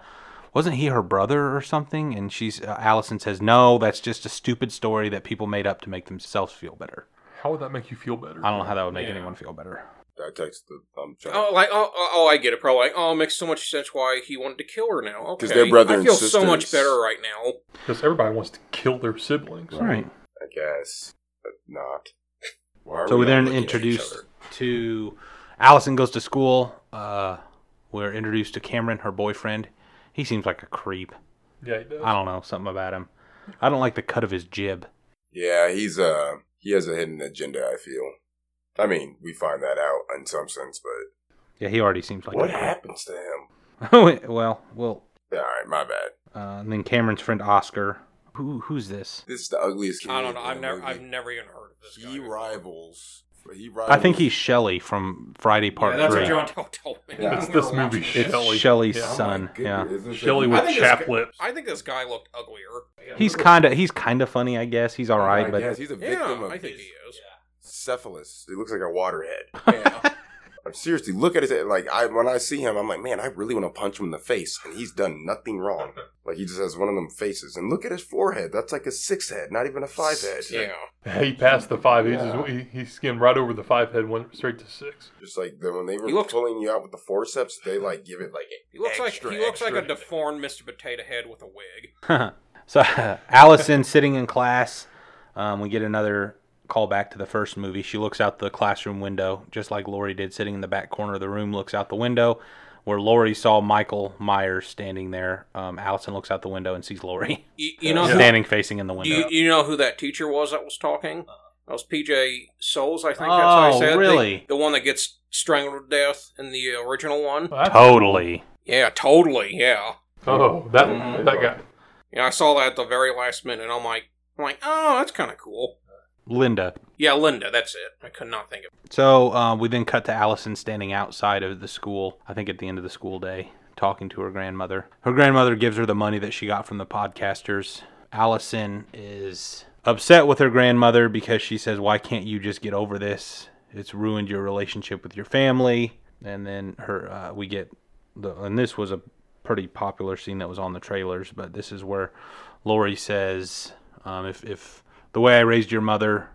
wasn't he her brother or something? And she's uh, Allison says, no, that's just a stupid story that people made up to make themselves feel better.
How would that make you feel better?
I don't know how that would make
Yeah.
anyone feel better.
That takes the I'm trying.
Oh, like oh, oh, oh, I get it. Probably like, oh, it makes so much sense why he wanted to kill her now. Okay,
'Cause they're brother
I
and
feel so much
sisters.
better right now.
Because everybody wants to kill their siblings.
All right.
I guess, but not. Why are
So
we
we're then
not looking at each
introduced
other?
to Allison goes to school. Uh, we're introduced to Cameron, her boyfriend. He seems like a creep.
Yeah, he does.
I don't know something about him. I don't like the cut of his jib.
Yeah, he's uh he has a hidden agenda. I feel. I mean, we find that out in some sense, but
Yeah, he already seems like
what
a creep.
happens to him?
Oh *laughs* well, well,
All right, my bad.
uh, and then Cameron's friend Oscar. Who who's this?
This is the ugliest. kid
I don't
in
know.
the
I've never,
movie.
I've never even heard of this guy.
He rivals. He rivals.
I think he's Shelley from Friday Part
Yeah, that's
Three.
what John Doe told me.
Yeah.
It's
We were
this movie,
watching
it's
Shelley.
Shelley's
Yeah.
My
son. Yeah,
goodness, isn't
Shelley
it-
with
I think
chap
it's-
lips.
I think this guy looked uglier.
he's kind of he's kind of funny, I guess. He's all right,
I
but
guess he's a victim
Yeah,
of
I think he
his
is.
syphilis. He looks like a waterhead. *laughs*
Yeah.
I'm seriously look at his like I when I see him, I'm like, man, I really want to punch him in the face, and he's done nothing
*laughs*
wrong. Like he just has one of them faces, and look at his forehead. That's like a six head, not even a five head.
yeah.
He passed the five. He,
Yeah.
just, he, he skimmed right over the five head, went straight to six.
Just like the, when they were
He looked-
pulling you out with the forceps, they like give it like
He looks
Extra,
like he looks like a
extra.
deformed Mr. Potato Head with a wig.
So *laughs* Allison sitting in class. Um, we get another call back to the first movie. She looks out the classroom window, just like Lori did, sitting in the back corner of the room, looks out the window where Lori saw Michael Myers standing there. Um, Allison looks out the window and sees Lori *laughs*
You, you know, who,
standing facing in the window.
you, you know who that teacher was that was talking?
Uh-huh.
That was PJ Souls, I think.
Oh,
that's how he said.
really?
The, the one that gets strangled to death in the original one.
Well, that's-
totally.
Yeah, totally. Yeah.
Oh, that that guy.
Yeah, I saw that at the very last minute. I'm like, I'm like, oh, that's kind of cool.
Linda.
Yeah, Linda. That's it. I could not think of.
So uh, we then cut to Allison standing outside of the school, I think at the end of the school day, talking to her grandmother. Her grandmother gives her the money that she got from the podcasters. Allison is upset with her grandmother because she says, Why can't you just get over this? It's ruined your relationship with your family. And then her, uh, we get the, and this was a pretty popular scene that was on the trailers, but this is where Lori says, um, if, if the way I raised your mother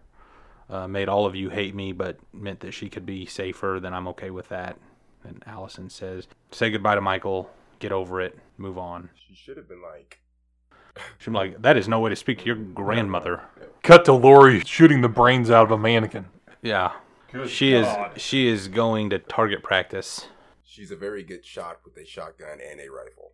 uh, made all of you hate me, but meant that she could be safer, then I'm okay with that. And Allison says, say goodbye to Michael, get over it, move on.
She should have been like,
She's like, that is no way to speak to your grandmother.
Cut to Lori shooting the brains out of a mannequin.
Yeah. She is she is going to target practice.
she's a very good shot with a shotgun and a rifle.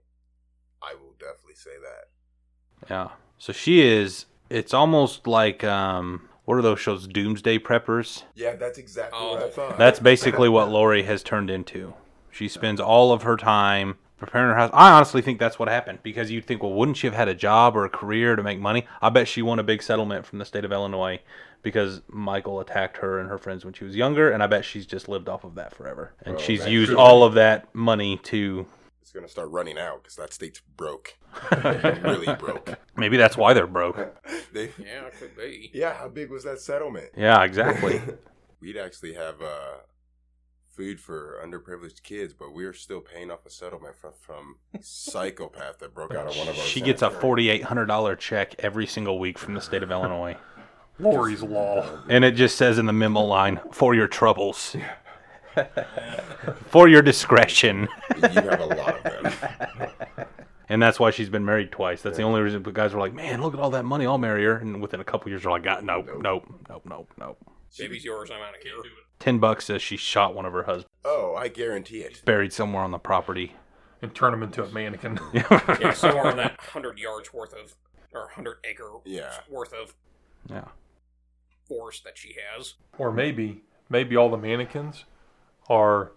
I will definitely say that.
Yeah. So she is it's almost like um what are those shows? Doomsday preppers.
Yeah, that's exactly what I
Oh.
thought.
That's basically what Lori has turned into. She spends all of her time preparing her house. I honestly think that's what happened because you'd think, well, wouldn't she have had a job or a career to make money? I bet she won a big settlement from the state of Illinois because Michael attacked her and her friends when she was younger, and I bet she's just lived off of that forever. And
Oh,
she's
that
used
could
all of that money to.
it's gonna start running out because that state's
*laughs*
broke, really broke.
Maybe that's why they're broke.
They,
it. Yeah, it could be.
yeah, how big was that settlement?
Yeah, exactly.
We'd actually have uh, food for underprivileged kids, but we are still paying off a settlement from, from psychopath that broke *laughs* out of one of our.
She gets a
cemeteries.
$4,800 check every single week from the state of Illinois.
Lori's law.
And it just says in the memo line, for your troubles. *laughs* for your discretion.
You have a lot of them.
And that's why she's been married twice. That's the only reason but guys were like, man, look at all that money. I'll marry her. And within a couple years, they're like, "God, nope, nope, nope, nope, nope.
Baby's yours. I'm out of here.
10 bucks says she shot one of her husbands,
Oh, I guarantee it.
buried somewhere on the property. *laughs*
And turn him into a mannequin. *laughs*
Yeah, somewhere *laughs* in that hundred yards worth of or hundred acre
Yeah.
worth of
Yeah.
forest that she has.
Or maybe, maybe all the mannequins are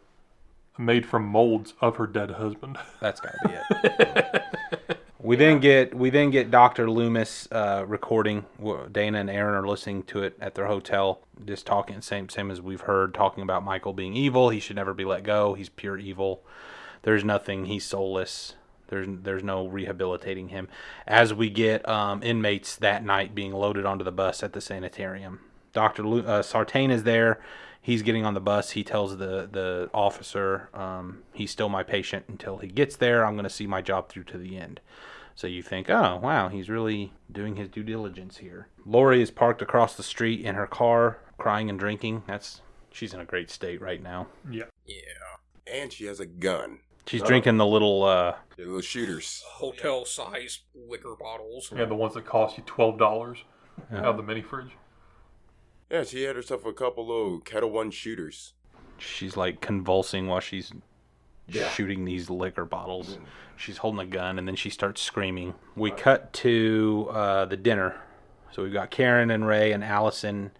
made from molds of her dead husband. *laughs*
That's gotta be it. we then get we then get Doctor Loomis uh, recording. Wh- Dana and Aaron are listening to it at their hotel, just talking same same as we've heard, talking about Michael being evil. He should never be let go. He's pure evil. There's nothing. He's soulless. There's there's no rehabilitating him. As we get um, inmates that night being loaded onto the bus at the sanitarium, Doctor Lu- uh, Sartain is there. He's getting on the bus. He tells the the officer um, he's still my patient until he gets there. I'm going to see my job through to the end. So you think, oh wow, he's really doing his due diligence here. Lori is parked across the street in her car, crying and drinking. That's she's in a great state right now.
And she has a gun.
She's drinking the little uh,
They're little shooters.
Hotel size liquor bottles.
Yeah, the ones that cost you twelve dollars out of the mini fridge.
Yeah, she had herself a couple little Kettle One shooters.
she's like convulsing while she's shooting these liquor bottles. She's holding a gun and then she starts screaming. We cut to uh, the dinner. So we've got Karen and Ray and Allison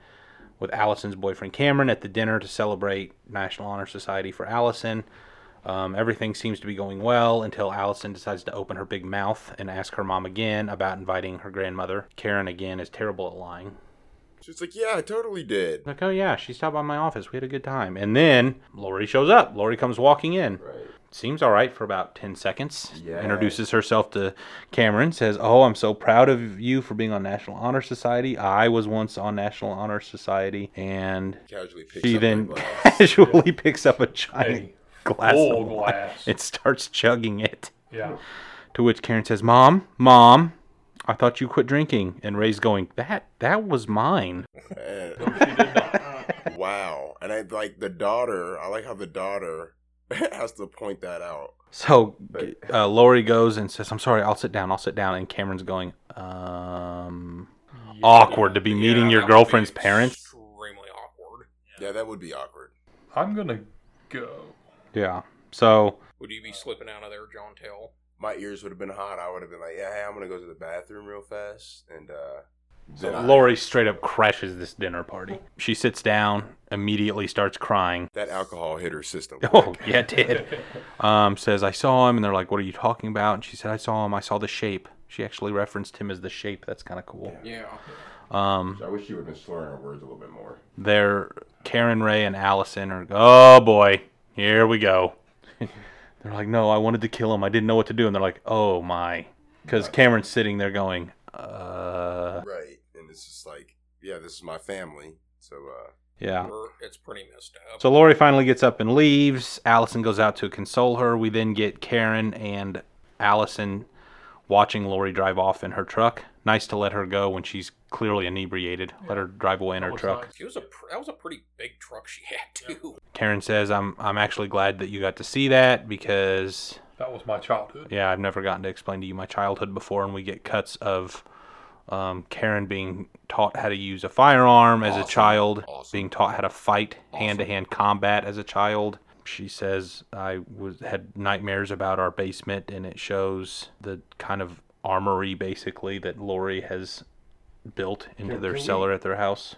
with Allison's boyfriend Cameron at the dinner to celebrate National Honor Society for Allison. Um, everything seems to be going well until Allison decides to open her big mouth and ask her mom again about inviting her grandmother. Karen again is terrible at lying.
She's like, yeah, I totally did.
Like, oh yeah, she stopped by my office. We had a good time. And then Lori shows up. Lori comes walking in. Right. Seems all right for about 10 seconds.
Yeah.
Introduces herself to Cameron, says, Oh, I'm so proud of you for being on National Honor Society. I was once on National Honor Society. And
Casually picks
she
up
then *laughs*
my glass.
casually picks up a giant
Hey,
glass
full
of
glass.
wine and starts chugging it.
Yeah.
To which Karen says, Mom, Mom, I thought you quit drinking. And Ray's going, That that was mine.
Uh, *laughs* *laughs* wow. And I like the daughter. I like how the daughter has to point that out.
So uh, Lori goes and says, "I'm sorry, I'll sit down. I'll sit down." And Cameron's going, um, awkward to be meeting
Yeah,
your
that would be
girlfriend's parents.
Extremely awkward.
Yeah, that would be awkward.
I'm gonna go.
Yeah. So
Would you be slipping out of there, John Tell?
My ears would have been hot. I would have been like, "Yeah, hey, I'm gonna go to the bathroom real fast." And uh, then I-
Lori straight up crashes this dinner
*laughs*
party. She sits down, immediately starts crying.
that alcohol hit her system.
*laughs* Oh, yeah, it did. Um, says, I saw him. And they're like, What are you talking about? And she said, I saw him. I saw the shape. She actually referenced him as the shape. That's kind of cool.
Yeah.
Um,
I wish she would have been slurring her words a little bit more.
they're Karen Ray and Allison are, Oh, boy. Here we go. *laughs* they're like, No, I wanted to kill him. I didn't know what to do. And they're like, Oh, my. Because Cameron's sitting there going, Uh,
Right, and it's just like, yeah, this is my family. So uh,
yeah.
Or It's pretty messed up.
So Lori finally gets up and leaves. Allison goes out to console her. We then get Karen and Allison watching Lori drive off in her truck. Nice to let her go when she's clearly inebriated. Let her drive away in her
Always
truck.
nice.
She was a pr- that was a pretty big truck she had too.
Karen says, "I'm I'm actually glad that you got to see that because
That was my childhood.
yeah, I've never gotten to explain to you my childhood before." And we get cuts of um, Karen being taught how to use a firearm as a
Awesome.
child,
Awesome.
being taught how to fight hand to hand combat as a child. She says, "I was had nightmares about our basement, and it shows the kind of armory basically that Lori has built into
Can-
their
can we-
cellar at their house."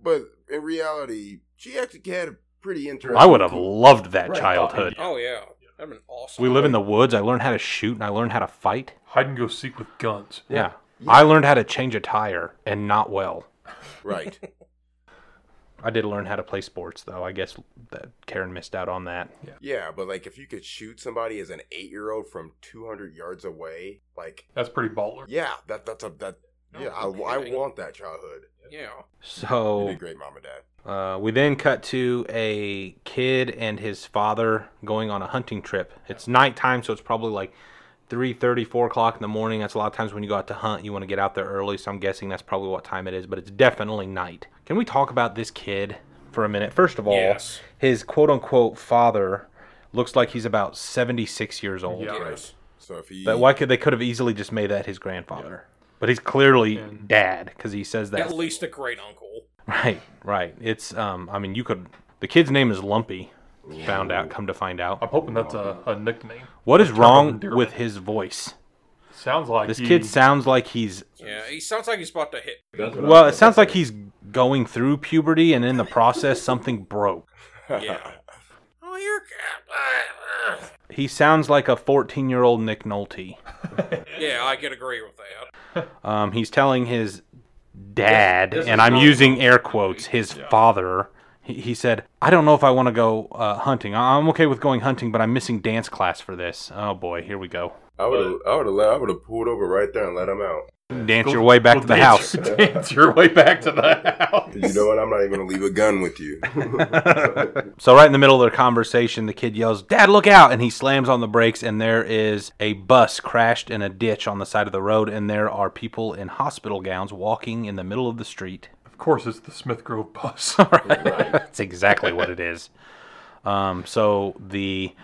but in reality, she actually had a pretty interesting.
I would have loved that
Right.
childhood.
Oh yeah, that'd been awesome.
We live in the woods. I learned how to shoot, and I learned how to fight.
Hide and go seek with guns.
Yeah. I learned how to change a tire and not well.
right.
I did learn how to play sports though. I guess that Karen missed out on that.
Yeah, but like if you could shoot somebody as an eight-year-old from 200 yards away, like
That's pretty baller.
yeah, that that's a that yeah, I,
no
I
kidding.
want that childhood.
yeah.
You
So
did great, mom and dad.
uh, we then cut to a kid and his father going on a hunting trip. It's nighttime, so it's probably like 3.30, 4 o'clock in the morning. That's a lot of times when you go out to hunt, you want to get out there early. So I'm guessing that's probably what time it is, but it's definitely night. Can we talk about this kid for a minute? First of all,
Yes.
his quote unquote father looks like he's about 76 years old.
Yeah.
Yes.
So if he
That why could they could have easily just made that his grandfather, but he's clearly dad 'cause dad because he says that.
At least a great uncle.
Right, right. It's um. I mean, you could. The kid's name is Lumpy. Found out. Come to find
I'm
out.
hoping that's a, a nickname.
What is
term of
wrong
endearment.
with his voice?
Sounds like
This
he-
kid sounds like he's.
Yeah, he sounds like he's about to hit.
Well, it sounds like he's going through puberty, and in the process, something broke. *laughs*
Yeah. oh, you're. ah, ah.
He sounds like a 14-year-old Nick Nolte.
Yeah, I can agree with that.
Um, he's telling his dad,
This- this
and
is
I'm
not-
using air quotes, his father. He, he said, "I don't know if I want to go uh, hunting. I- I'm okay with going hunting, but I'm missing dance class for this. Oh boy, here we go.
I would have I would have I would have pulled over right there and let him out.
Dance your way back
Well,
to the
dance-
house.
*laughs* dance your way back to the house.
You know what? I'm not even gonna leave a gun with
*laughs*
you.
So right in the middle of their conversation, the kid yells, "Dad, look out!" and he slams on the brakes, and there is a bus crashed in a ditch on the side of the road, and there are people in hospital gowns walking in the middle of the street.
Of course, it's the Smith
*laughs*
Grove bus.
That's exactly what it is. Um, so the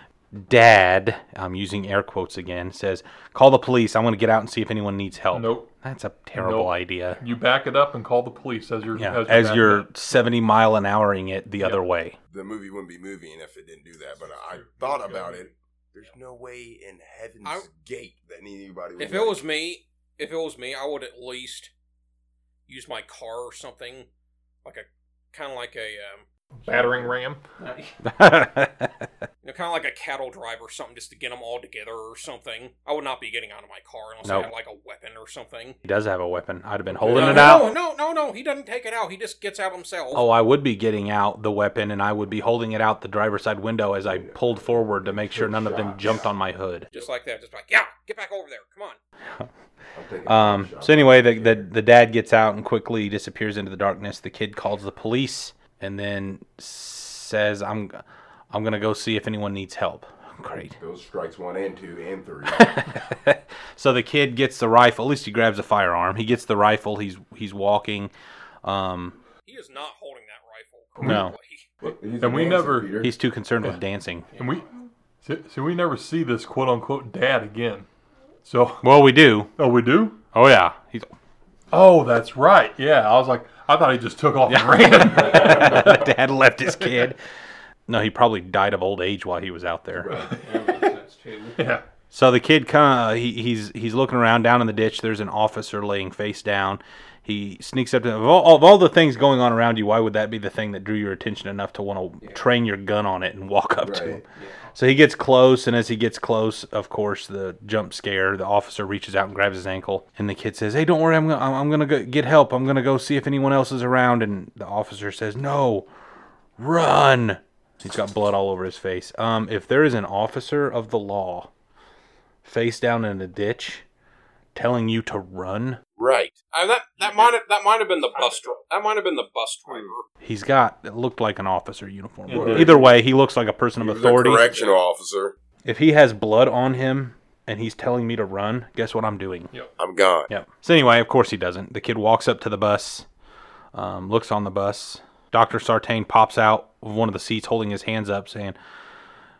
dad, I'm using air quotes again, says, "Call the police. I want to get out and see if anyone needs help."
Nope.
That's a terrible
Nope.
idea.
You back it up and call the police as you're
Yeah,
you're
as
backing
you're
up.
70 mile an houring it the other
*laughs*
way.
the movie wouldn't be moving if it didn't do that. But I thought about it. There's no way in heaven's
I-
gate that anybody. Would
If
be
it
like,
was me, if it was me, I would at least use my car or something, like a kind of like a um,
battering ram.
you know, kind of like a cattle drive or something, just to get them all together or something. I would not be getting out of my car unless
Nope.
I had like a weapon or something.
he does have a weapon. I'd have been holding
no,
it
no,
out.
No, no, no, He doesn't take it out. He just gets out himself.
Oh, I would be getting out the weapon and I would be holding it out the driver's side window as I pulled forward to make sure none of them jumped on my hood.
Just like that. Just like, yeah, get back over there. Come on.
Um, so anyway, the, the the dad gets out and quickly disappears into the darkness. The kid calls the police and then says, "I'm I'm gonna go see if anyone needs help." *laughs* Great.
those strikes one and two
*laughs*
and three.
So the kid gets the rifle. At least he grabs a firearm. He gets the rifle. He's he's walking. Um,
He is not holding that rifle.
No.
correctly.
He's
And we
a dancer,
never-
Peter.
he's too concerned with dancing.
And we See, see, we never see this quote unquote dad again. So, *laughs*
Well, we do.
oh, we do?
Oh yeah, he's *laughs*
Oh, that's right. Yeah. I was like, I thought he just took off
*laughs*
and ran. *laughs*
dad left his kid. No, he probably died of old age while he was out there.
yeah.
So the kid kind of he, he's he's looking around down in the ditch. There's an officer laying face down. He sneaks up to of all, of all the things going on around you. Why would that be the thing that drew your attention enough to want to train your gun on it and walk up to
Right.
him? So he gets close, and as he gets close, of course, the jump scare. The officer reaches out and grabs his ankle, and the kid says, "Hey, don't worry, I'm gonna, I'm I'm gonna go get help. I'm gonna go see if anyone else is around." And the officer says, "No, run." He's got blood all over his face. Um, if there is an officer of the law face down in a ditch, telling you to run,
Right. Uh, that that might have that might have been the bus driver. That might have been the bus driver.
he's got it looked like an officer uniform.
Mhm.
Either way, he looks like a person of
He was a
authority.
correctional officer.
If he has blood on him and he's telling me to run, guess what I'm doing?
I'm gone.
Yep. So anyway, of course he doesn't. The kid walks up to the bus, um, looks on the bus. Doctor Sartain pops out of one of the seats, holding his hands up, saying,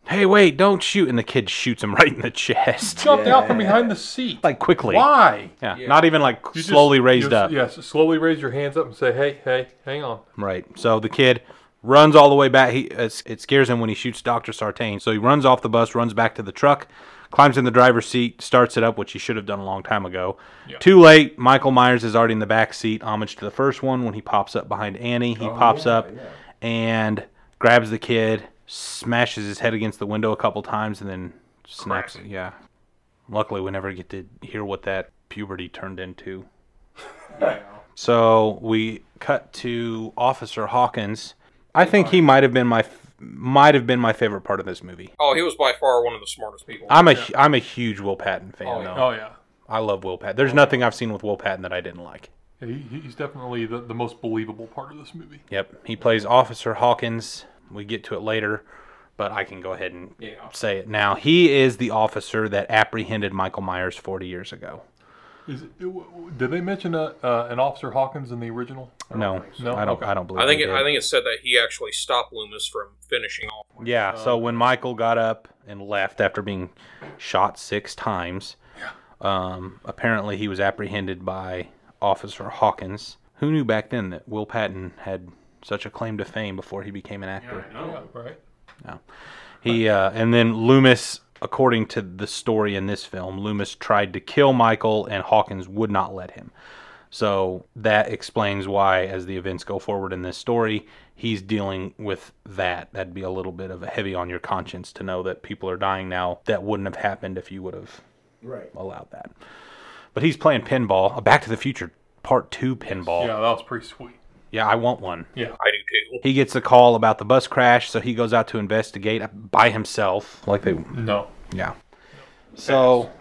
"Hey, wait! Don't shoot!" And the kid shoots him *laughs* right in the chest,
Jumped out from behind the seat.
like quickly.
Why?
Yeah. Not even like
You just-
slowly
you
raised
just-
up. Oh,
Yes, slowly raise your hands up and say, "Hey, hey, hang on."
Right. So the kid runs all the way back. He it's, it scares him when he shoots Doctor Sartain. So he runs off the bus, runs back to the truck, climbs in the driver's seat, starts it up, which he should have done a long time ago. Too late. Michael Myers is already in the back seat. Homage to the first one when he pops up behind Annie. He pops up and grabs the kid, smashes his head against the window a couple times, and then snaps. it. Yeah. Luckily, we never get to hear what that puberty turned into. So we cut to Officer Hawkins. I think he might have been my might have been my favorite part of this movie.
Oh, he was by far one of the smartest people.
I'm a am a huge Will Patton fan.
Oh, yeah.
though.
Oh yeah,
I love Will Patton. There's nothing I've seen with Will Patton that I didn't like.
Yeah, he, he's definitely the, the most believable part of this movie.
Yep, he plays Officer Hawkins. We get to it later, but I can go ahead and say it now. He is the officer that apprehended Michael Myers 40 years ago.
Is it, w- w- did they mention a, uh, an Officer Hawkins in the original?
No,
No?
I don't.
Okay.
I don't believe.
I think
he
it,
did.
I think it said that he actually stopped Loomis from finishing off.
Yeah. so when Michael got up and left after being shot six times, um, apparently he was apprehended by Officer Hawkins. Who knew back then that Will Patton had such a claim to fame before he became an actor?
Yeah, right.
He uh, and then Loomis, according to the story in this film, Loomis tried to kill Michael, and Hawkins would not let him. So that explains why, as the events go forward in this story, he's dealing with that. That'd be a little bit of a heavy on your conscience to know that people are dying now that wouldn't have happened if you would have
Right.
allowed that. But he's playing pinball, a Back to the Future Part Two pinball.
Yeah, that was pretty sweet.
yeah I want one.
I do too.
He gets a call about the bus crash, so he goes out to investigate by himself, like they
No,
yeah. So,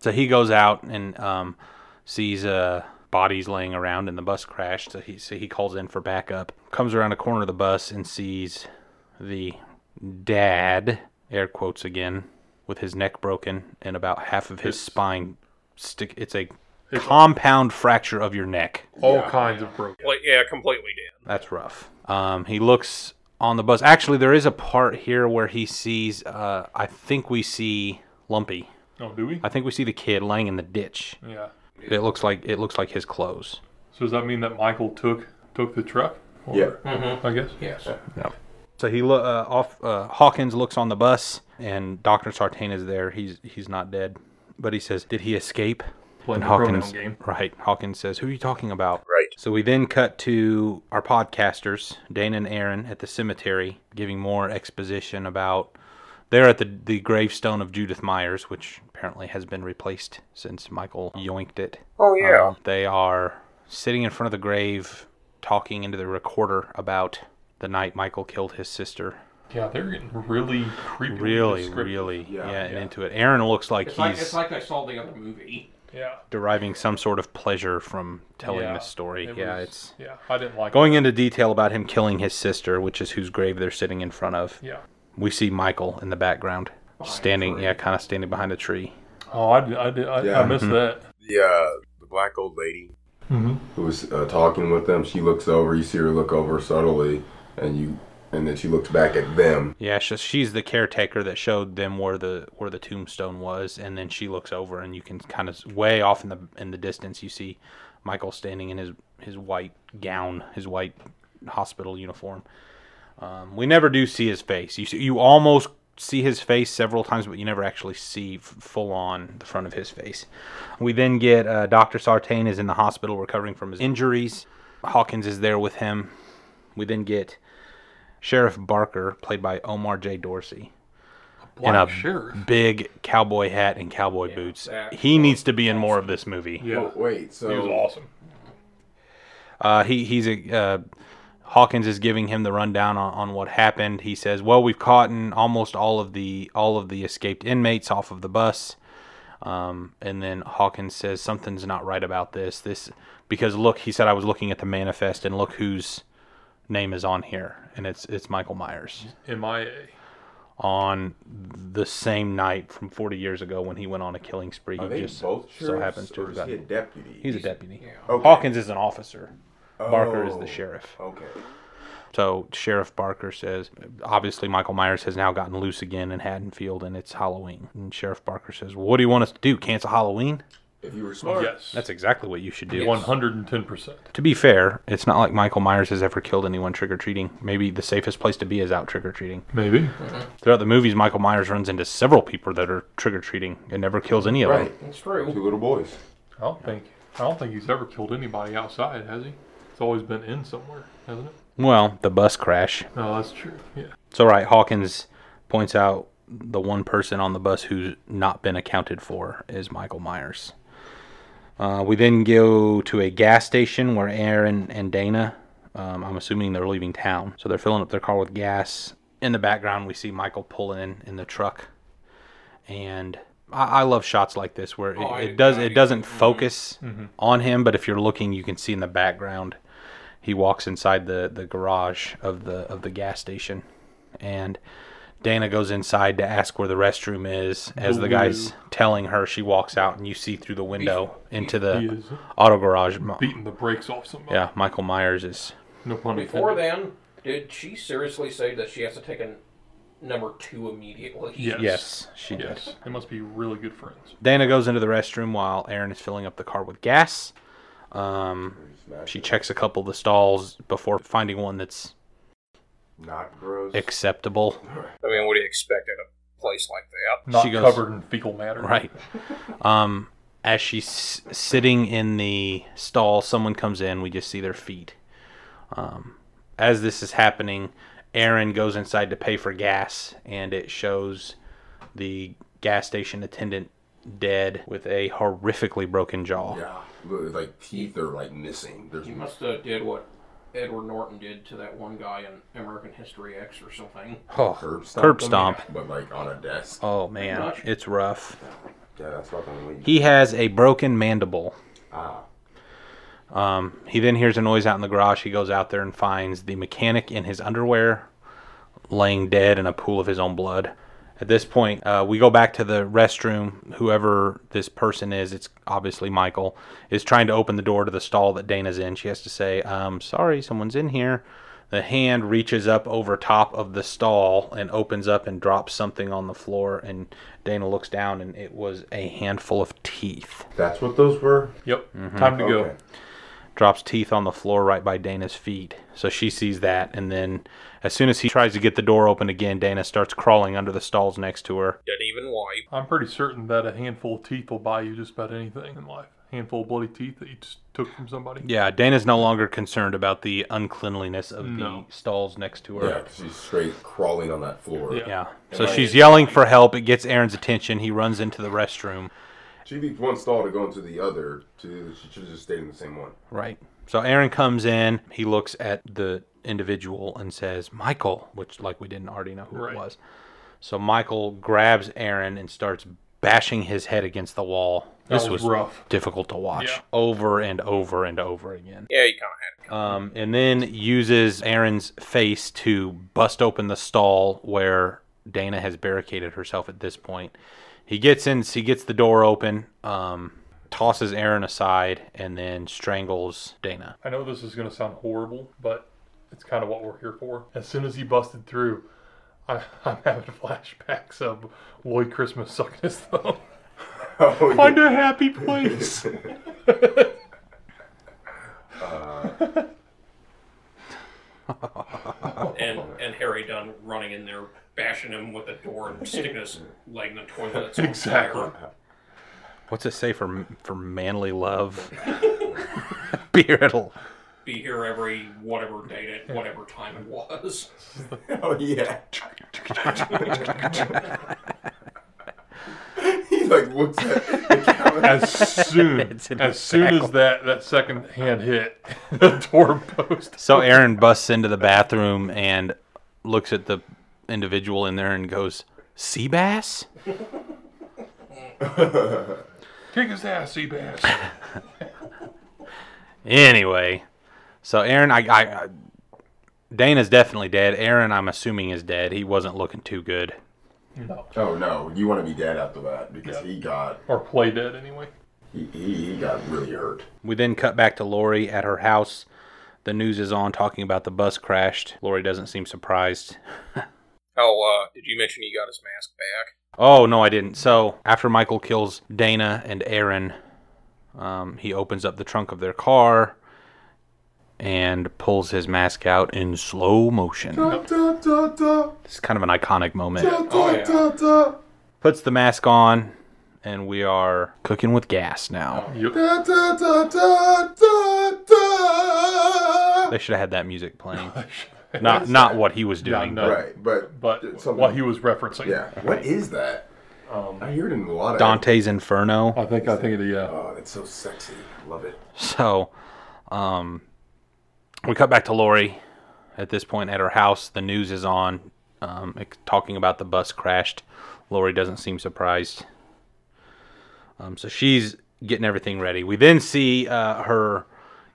so he goes out and um, sees uh, bodies laying around in the bus crash. So he so he calls in for backup. Comes around a corner of the bus and sees the dad air quotes again with his neck broken and about half of his spine stick. It's a compound fracture of your neck.
all kinds of broken.
Like, yeah, completely dead.
That's rough. Um, he looks on the bus. Actually, there is a part here where he sees. Uh, I think we see Lumpy.
Oh, do we?
I think we see the kid laying in the ditch.
Yeah.
It looks like it looks like his clothes.
So does that mean that Michael took took the truck? Or-
Yeah.
Hmm.
I guess. Yeah.
So he lo- uh, off uh, Hawkins looks on the bus, and Doctor Sartain is there. He's he's not dead, but he says, "Did he escape?"
Playing the
Hawkins,
pronoun game.
right? Hawkins says, "Who are you talking about?"
Right.
So we then cut to our podcasters, Dana and Aaron, at the cemetery, giving more exposition about. They're at the the gravestone of Judith Myers, which apparently has been replaced since Michael yoinked it.
Oh yeah.
Um, they are sitting in front of the grave, talking into the recorder about the night Michael killed his sister.
Yeah, they're getting really creepy. and
Really,
descriptive.
really, yeah, and
yeah.
into it. Aaron looks like he's
I saw the other movie.
Yeah.
deriving some sort of pleasure from telling
Yeah,
this story.
it
yeah,
was-
it's
Yeah, I didn't like.
going into detail about him killing his sister, which is whose grave they're sitting in front of.
it. Yeah.
We see Michael in the background, standing, yeah, kind of standing behind a tree.
Oh, I did. I did. I,
Yeah.
I
Mm-hmm.
missed that.
The uh, the black old lady
Mm-hmm.
who was uh, talking with them. She looks over. You see her look over subtly, and you and then she looks back at them.
Yeah, she, she's the caretaker that showed them where the where the tombstone was, and then she looks over, and you can kind of way off in the in the distance, you see Michael standing in his his white gown, his white hospital uniform. Um, we never do see his face. You see, you almost see his face several times, but you never actually see f- full on the front of his face. We then get uh, Doctor Sartain is in the hospital recovering from his injuries. Hawkins is there with him. We then get Sheriff Barker, played by Omar J. Dorsey, in a
Black sheriff.
big cowboy hat and cowboy boots.
that
He needs to be in more of this movie.
Yeah,
Oh, wait, so
he was awesome.
Uh, he he's a uh, Hawkins is giving him the rundown on, on what happened. He says, "Well, we've caught in almost all of the all of the escaped inmates off of the bus." Um, and then Hawkins says, "Something's not right about this. This because look," he said, "I was looking at the manifest and look whose name is on here, and it's it's Michael Myers
MIA.
on the same night from 40 years ago when he went on a killing spree.
are
he
they
just
both
so
sheriffs,
happens to
or
have
is he a
gotten.
deputy?
He's a deputy.
Okay.
Hawkins is an officer. Barker is
Oh.
the sheriff.
Okay.
So Sheriff Barker says, obviously Michael Myers has now gotten loose again in Haddonfield, and it's Halloween. And Sheriff Barker says, well, "What do you want us to do? Cancel Halloween?"
If you were smart,
Yes,
That's exactly what you should do.
one hundred and ten percent.
To be fair, it's not like Michael Myers has ever killed anyone trick or treating. Maybe the safest place to be is out trick or treating.
Maybe.
Throughout the movies, Michael Myers runs into several people that are trick or treating and never kills any of
right?
them.
That's true.
Two little boys.
I don't think. I don't think he's ever killed anybody outside, has he? It's always been in somewhere, hasn't it?
Well, the bus crash.
No, that's true. Yeah.
So right, Hawkins points out the one person on the bus who's not been accounted for is Michael Myers. Uh, we then go to a gas station where Aaron and Dana, um, I'm assuming they're leaving town, so they're filling up their car with gas. In the background, we see Michael pull in in the truck, and I, I love shots like this where it,
Oh, I-
it does
I-
it doesn't focus
Mm-hmm.
on him, but if you're looking, you can see in the background he walks inside the, the garage of the of the gas station and Dana goes inside to ask where the restroom is as the guy's telling her she walks out and you see through the window into
He
the
is
auto garage Mi-
beating the brakes off somebody.
yeah Michael Myers is
No pun
Before
intended.
then, did she seriously say that she has to take a number two immediately?
Yes.
yes she does
Yes. They must be really good friends.
Dana goes into the restroom while Aaron is filling up the car with gas um, she checks a couple of the stalls before finding one that's
Not gross.
acceptable
I mean, what do you expect at a place like that?
Not
She goes-
covered in fecal matter.
Right. Um, as she's s- sitting in the stall, someone comes in. We just see their feet. Um, as this is happening, Aaron goes inside to pay for gas, and it shows the gas station attendant dead with a horrifically broken jaw.
Yeah, Look, like teeth are like missing. There's
You must have did what Edward Norton did to that one guy in American History X or something.
Oh,
curb stomp.
curb
them,
stomp.
but like on a desk.
oh man,
Gosh.
it's rough.
Yeah, that's fucking weak.
He has a broken mandible. Um,
Ah,
He then hears a noise out in the garage. He goes out there and finds the mechanic in his underwear, laying dead in a pool of his own blood. At this point, uh, we go back to the restroom. Whoever this person is, it's obviously Michael, is trying to open the door to the stall that Dana's in. She has to say, um, Sorry, someone's in here. The hand reaches up over top of the stall and opens up and drops something on the floor. And Dana looks down, and it was a handful of teeth.
that's what those were.
Yep.
Mm-hmm.
Time to go.
Okay.
drops teeth on the floor right by Dana's feet. So she sees that, and then as soon as he tries to get the door open again, Dana starts crawling under the stalls next to her.
Didn't even wipe.
I'm pretty certain that a handful of teeth will buy you just about anything in life. handful of bloody teeth that you just took from somebody.
Yeah, Dana's no longer concerned about the uncleanliness of
No.
the stalls next to her.
Yeah, 'cause she's straight crawling on that floor.
Yeah.
Yeah. So
Right.
she's yelling for help. It gets Aaron's attention. He runs into the restroom.
She leaves one stall to go into the other. To she should have just stayed in the same one.
Right. So Aaron comes in. He looks at the individual and says, Michael, which, like, we didn't already know who
Right.
it was. So Michael grabs Aaron and starts bashing his head against the wall.
That was rough.
difficult to watch
Yeah.
over and over and over again.
Yeah, you kind of had it.
Um, and then uses Aaron's face to bust open the stall where Dana has barricaded herself at this point. He gets in, he gets the door open, um, tosses Aaron aside, and then strangles Dana.
I know this is going to sound horrible, but It's kind of what we're here for. As soon as he busted through, *laughs* I, I'm having flashbacks of Lloyd Christmas sucking his thumb.
*laughs* Oh,
Find
yeah.
a happy place.
and and Harry Dunn running in there, bashing him with a door and sticking his leg in the toilet. that's on fire.
*laughs* Exactly.
What's it say for for manly love? *laughs* Beardle.
Be here every whatever date at whatever time it was.
Oh *laughs* yeah. he like looks at the camera.
*laughs* As soon
It's in
as
the
soon as that that second hand hit *laughs* the door post,
So Aaron busts into the bathroom and looks at the individual in there and goes, "Sea bass."
kick his ass, sea bass.
Anyway, so Aaron, I, I, I- Dana's definitely dead. Aaron, I'm assuming is dead. He wasn't looking too good.
*laughs* Oh no, you want to be dead after that because he got
Or play dead anyway.
he, he, he got really hurt.
We then cut back to Lori at her house. The news is on talking about the bus crashed. Lori doesn't seem surprised.
Oh, uh, did you mention he got his mask back?
Oh, no, I didn't. So, after Michael kills Dana and Aaron, um, he opens up the trunk of their car and pulls his mask out in slow motion.
Da, da, da, da,
It's kind of an iconic moment.
da, da, da,
Puts the mask on, and we are cooking with gas now.
Yep.
*laughs* da, da, da, da, da, da.
They should have had that music playing. Not not what he was doing,
no.
but
Right, but
Uh, But
something-
what he was Um, referencing.
yeah, what is that? I hear it in a lot of
Dante's Inferno.
I think I think uh, it yeah.
Oh, that's so sexy. Love it.
So, um, we cut back to Lori at this point at her house. The news is on, um, it- talking about the bus crashed. Lori doesn't seem surprised. Um, so she's getting everything ready. We then see uh, her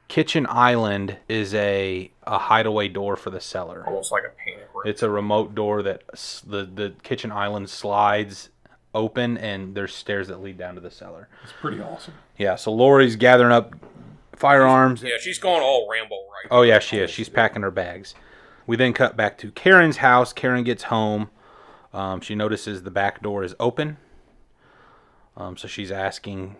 kitchen island is a, a hideaway door for the cellar.
Almost like a panic room.
It's a remote door that s- the, the kitchen island slides open, and there's stairs that lead down to the cellar.
It's pretty awesome.
Yeah, so Lori's gathering up firearms
Yeah, she's going all Rambo right.
Oh yeah, she is. She's packing her bags. We then cut back to Karen's house. Karen gets home. Um, she notices the back door is open. Um, so she's asking,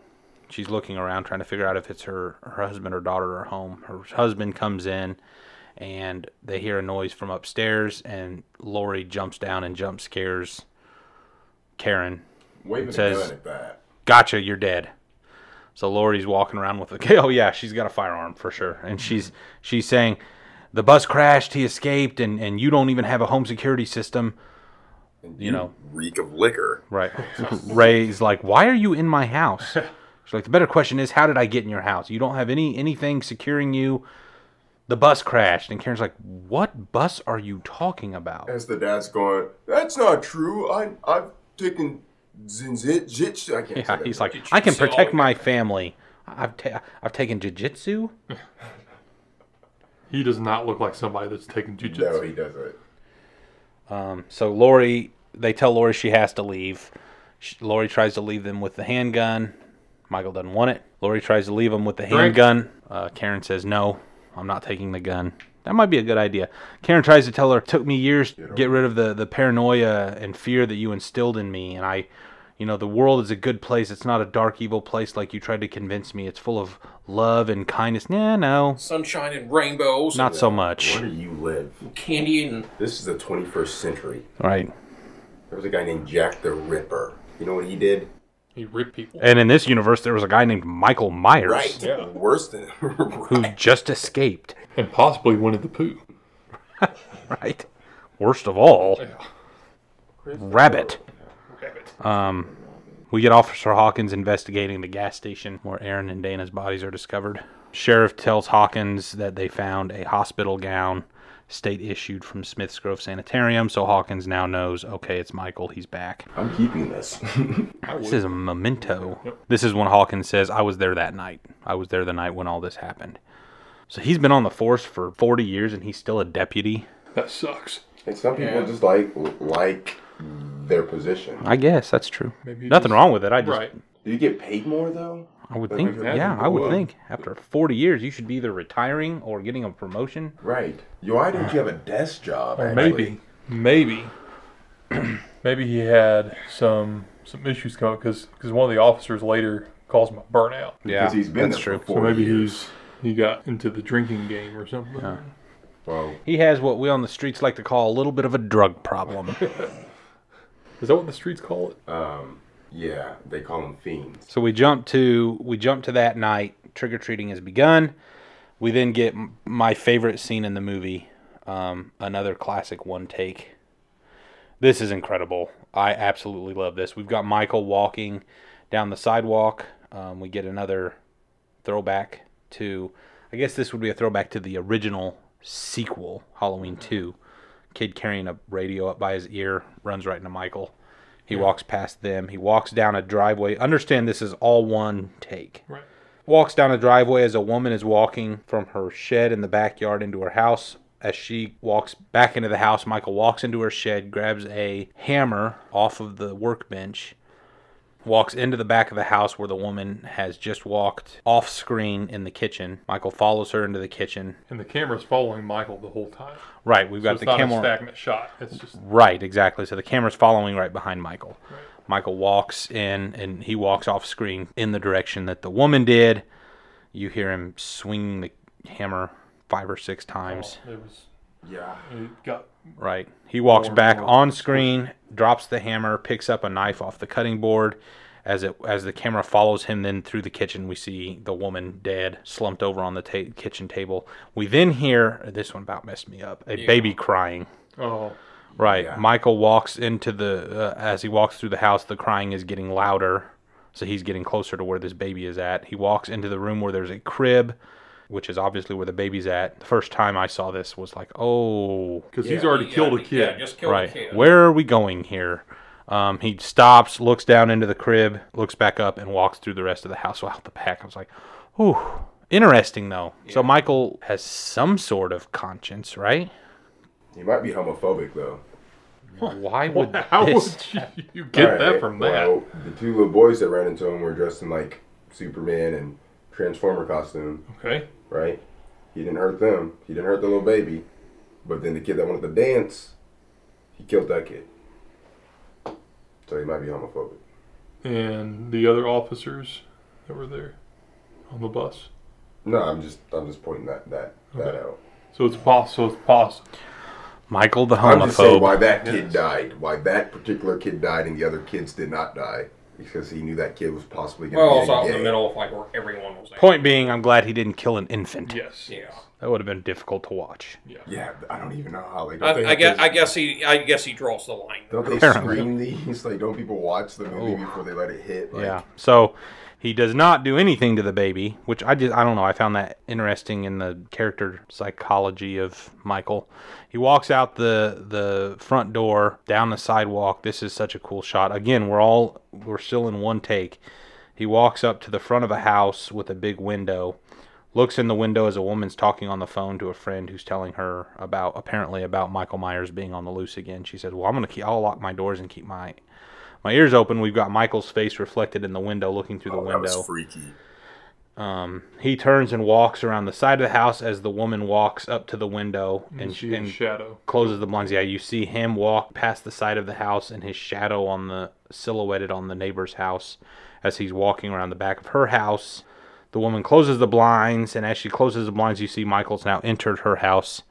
she's looking around, trying to figure out if it's her, her husband or daughter are home. Her husband comes in, and they hear a noise from upstairs, and Lori jumps down and jump scares Karen.
Waving a
says-
gun at that.
Gotcha, you're dead. So Lori's walking around with a *laughs* oh yeah, she's got a firearm for sure, and she's she's saying the bus crashed, he escaped, and and you don't even have a home security system, you know.
Reek of liquor.
*laughs* Right. Ray's like, why are you in my house? She's like, the better question is, how did I get in your house? You don't have any anything securing you. The bus crashed, and Karen's like, what bus are you talking about?
As the dad's going, that's not true. I I've taken zinzit jit. I can't. say
Yeah,
that
he's
word.
like, I can
jujitsu all
protect
the
my family. I've ta- I've taken jujitsu.
He does not look like somebody that's taking jujitsu.
no, he doesn't.
So Lori, they tell Lori she has to leave. She, Lori tries to leave them with the handgun. Michael doesn't want it. Lori tries to leave him with the handgun. Uh, Karen says, "No, I'm not taking the gun." That might be a good idea. Karen tries to tell her, "Took me years to get rid of the the paranoia and fear that you instilled in me, and I." You know, the world is a good place. It's not a dark, evil place like you tried to convince me. It's full of love and kindness. Nah, no,
Sunshine and rainbows,
not so much.
Where do you live?
candy and
This is the 21st century.
Right.
There was a guy named Jack the Ripper. You know what he did?
He ripped people.
And in this universe, there was a guy named Michael Myers
Right.
Yeah.
*laughs* Worse than.
who just escaped.
And possibly wanted the poo.
right? Worst of all, Rabbit.
Uh,
Um, we get Officer Hawkins investigating the gas station where Aaron and Dana's bodies are discovered. Sheriff tells Hawkins that they found a hospital gown, state issued from Smith's Grove Sanitarium. So Hawkins now knows, okay, it's Michael. He's back.
I'm keeping this. *laughs*
This is a memento. This is when Hawkins says, I was there that night. I was there the night when all this happened. So he's been on the force for 40 years and he's still a deputy.
That sucks.
and some people just like like their position.
I guess that's true.
Maybe he
Nothing
just-
wrong with it. I just
Right.
Do you get paid more though?
I would think.
Yeah,
Yeah, I would
would.
think after 40 years, you should be either retiring or getting a promotion.
Right. Yo, Why didn't you have a desk job?
Or
actually?
maybe, maybe, *clears throat* maybe he had some some issues coming because one of the officers later calls him a burnout.
Yeah,
he's been
that's
there
true.
for
So
four
maybe
years.
he's he got into the drinking game or something.
Well,
He has what we on the streets like to call a little bit of a drug
*laughs*
problem.
Is that what the streets call it?
yeah, they call them fiends.
So we jump to we jump to that night. Trick or treating has begun. We then get m- my favorite scene in the movie, um, another classic one take. This is incredible. I absolutely love this. We've got Michael walking down the sidewalk. Um, we get another throwback to, I guess this would be a throwback to the original sequel, Halloween Two. Kid carrying a radio up by his ear runs right into Michael. He walks past them. He walks down a driveway. Understand this is all one take.
Right.
Walks down a driveway as a woman is walking from her shed in the backyard into her house. As she walks back into the house, Michael walks into her shed, grabs a hammer off of the workbench, walks into the back of the house where the woman has just walked off screen in the kitchen. Michael follows her into the kitchen.
And the camera's following Michael the whole time.
Right, we've
So
got
it's
the
not
camera.
a stagnant shot. It's just
Right, exactly. So the camera's following right behind Michael. Michael walks in and he walks off screen in the direction that the woman did. You hear him swinging the hammer five or six times.
it was
Yeah.
it got
Right. He walks
Or-
back
or-
on screen, drops the hammer, picks up a knife off the cutting board. As it as the camera follows him then through the kitchen, we see the woman dead, slumped over on the ta- kitchen table. We then hear this one about messed me up. A baby crying.
oh
Right.
Yeah.
Michael walks into the uh, as he walks through the house, the crying is getting louder. So he's getting closer to where this baby is at. He walks into the room where there's a crib, which is obviously where the baby's at. The first time I saw this was like, "Oh,
because he's already killed a kid.
Yeah, just killed a
right.
kid.
Where are we going here?" Um, he stops, looks down into the crib, looks back up, and walks through the rest of the house out the back. I was like, "Ooh, interesting though." So Michael has some sort of conscience, right?
He might be homophobic though.
Why would
*laughs* How
this?
would you, you get
All
that
right,
from that?
well, the two little boys that ran into him were dressed in like Superman and Transformer costume,
Okay.
right? He didn't hurt them. He didn't hurt the little baby. But then the kid that wanted to dance, he killed that kid. So he might be homophobic.
And the other officers that were there on the bus.
No, I'm just I'm just pointing that that, that
Okay.
out.
So it's possible. So it's possible.
Michael the
I'm just saying why
homophobe.
that kid died, why that particular kid died, and the other kids did not die because he knew that kid was possibly going
Well,
to
also out
be
in
a
the
gay.
middle of like where everyone was. At.
Point being, I'm glad he didn't kill an infant.
Yes.
Yeah.
That would have been difficult to watch.
Yeah, I don't even know how. Like, don't
I,
they
I
have
guess.
to-
I guess he. I guess he draws the line.
Don't they
Apparently.
screen these? *laughs* Like, don't people watch the movie before they let it hit? Like,
Yeah. So he does not do anything to the baby, which I just I don't know. I found that interesting in the character psychology of Michael. He walks out the the front door down the sidewalk. This is such a cool shot. Again, we're all we're still in one take. He walks up to the front of a house with a big window. Looks in the window as a woman's talking on the phone to a friend who's telling her about apparently about Michael Myers being on the loose again. She says, "Well, I'm gonna keep. I'll lock my doors and keep my my ears open. We've got Michael's face reflected in the window, looking through the
Oh, That
window.
was freaky.
He turns and walks around the side of the house as the woman walks up to the window and,
And
she
she in
and
shadow.
closes the blinds. Yeah, you see him walk past the side of the house and his shadow on the silhouetted on the neighbor's house as he's walking around the back of her house. The woman closes the blinds, and as she closes the blinds, you see Michael's now entered her house.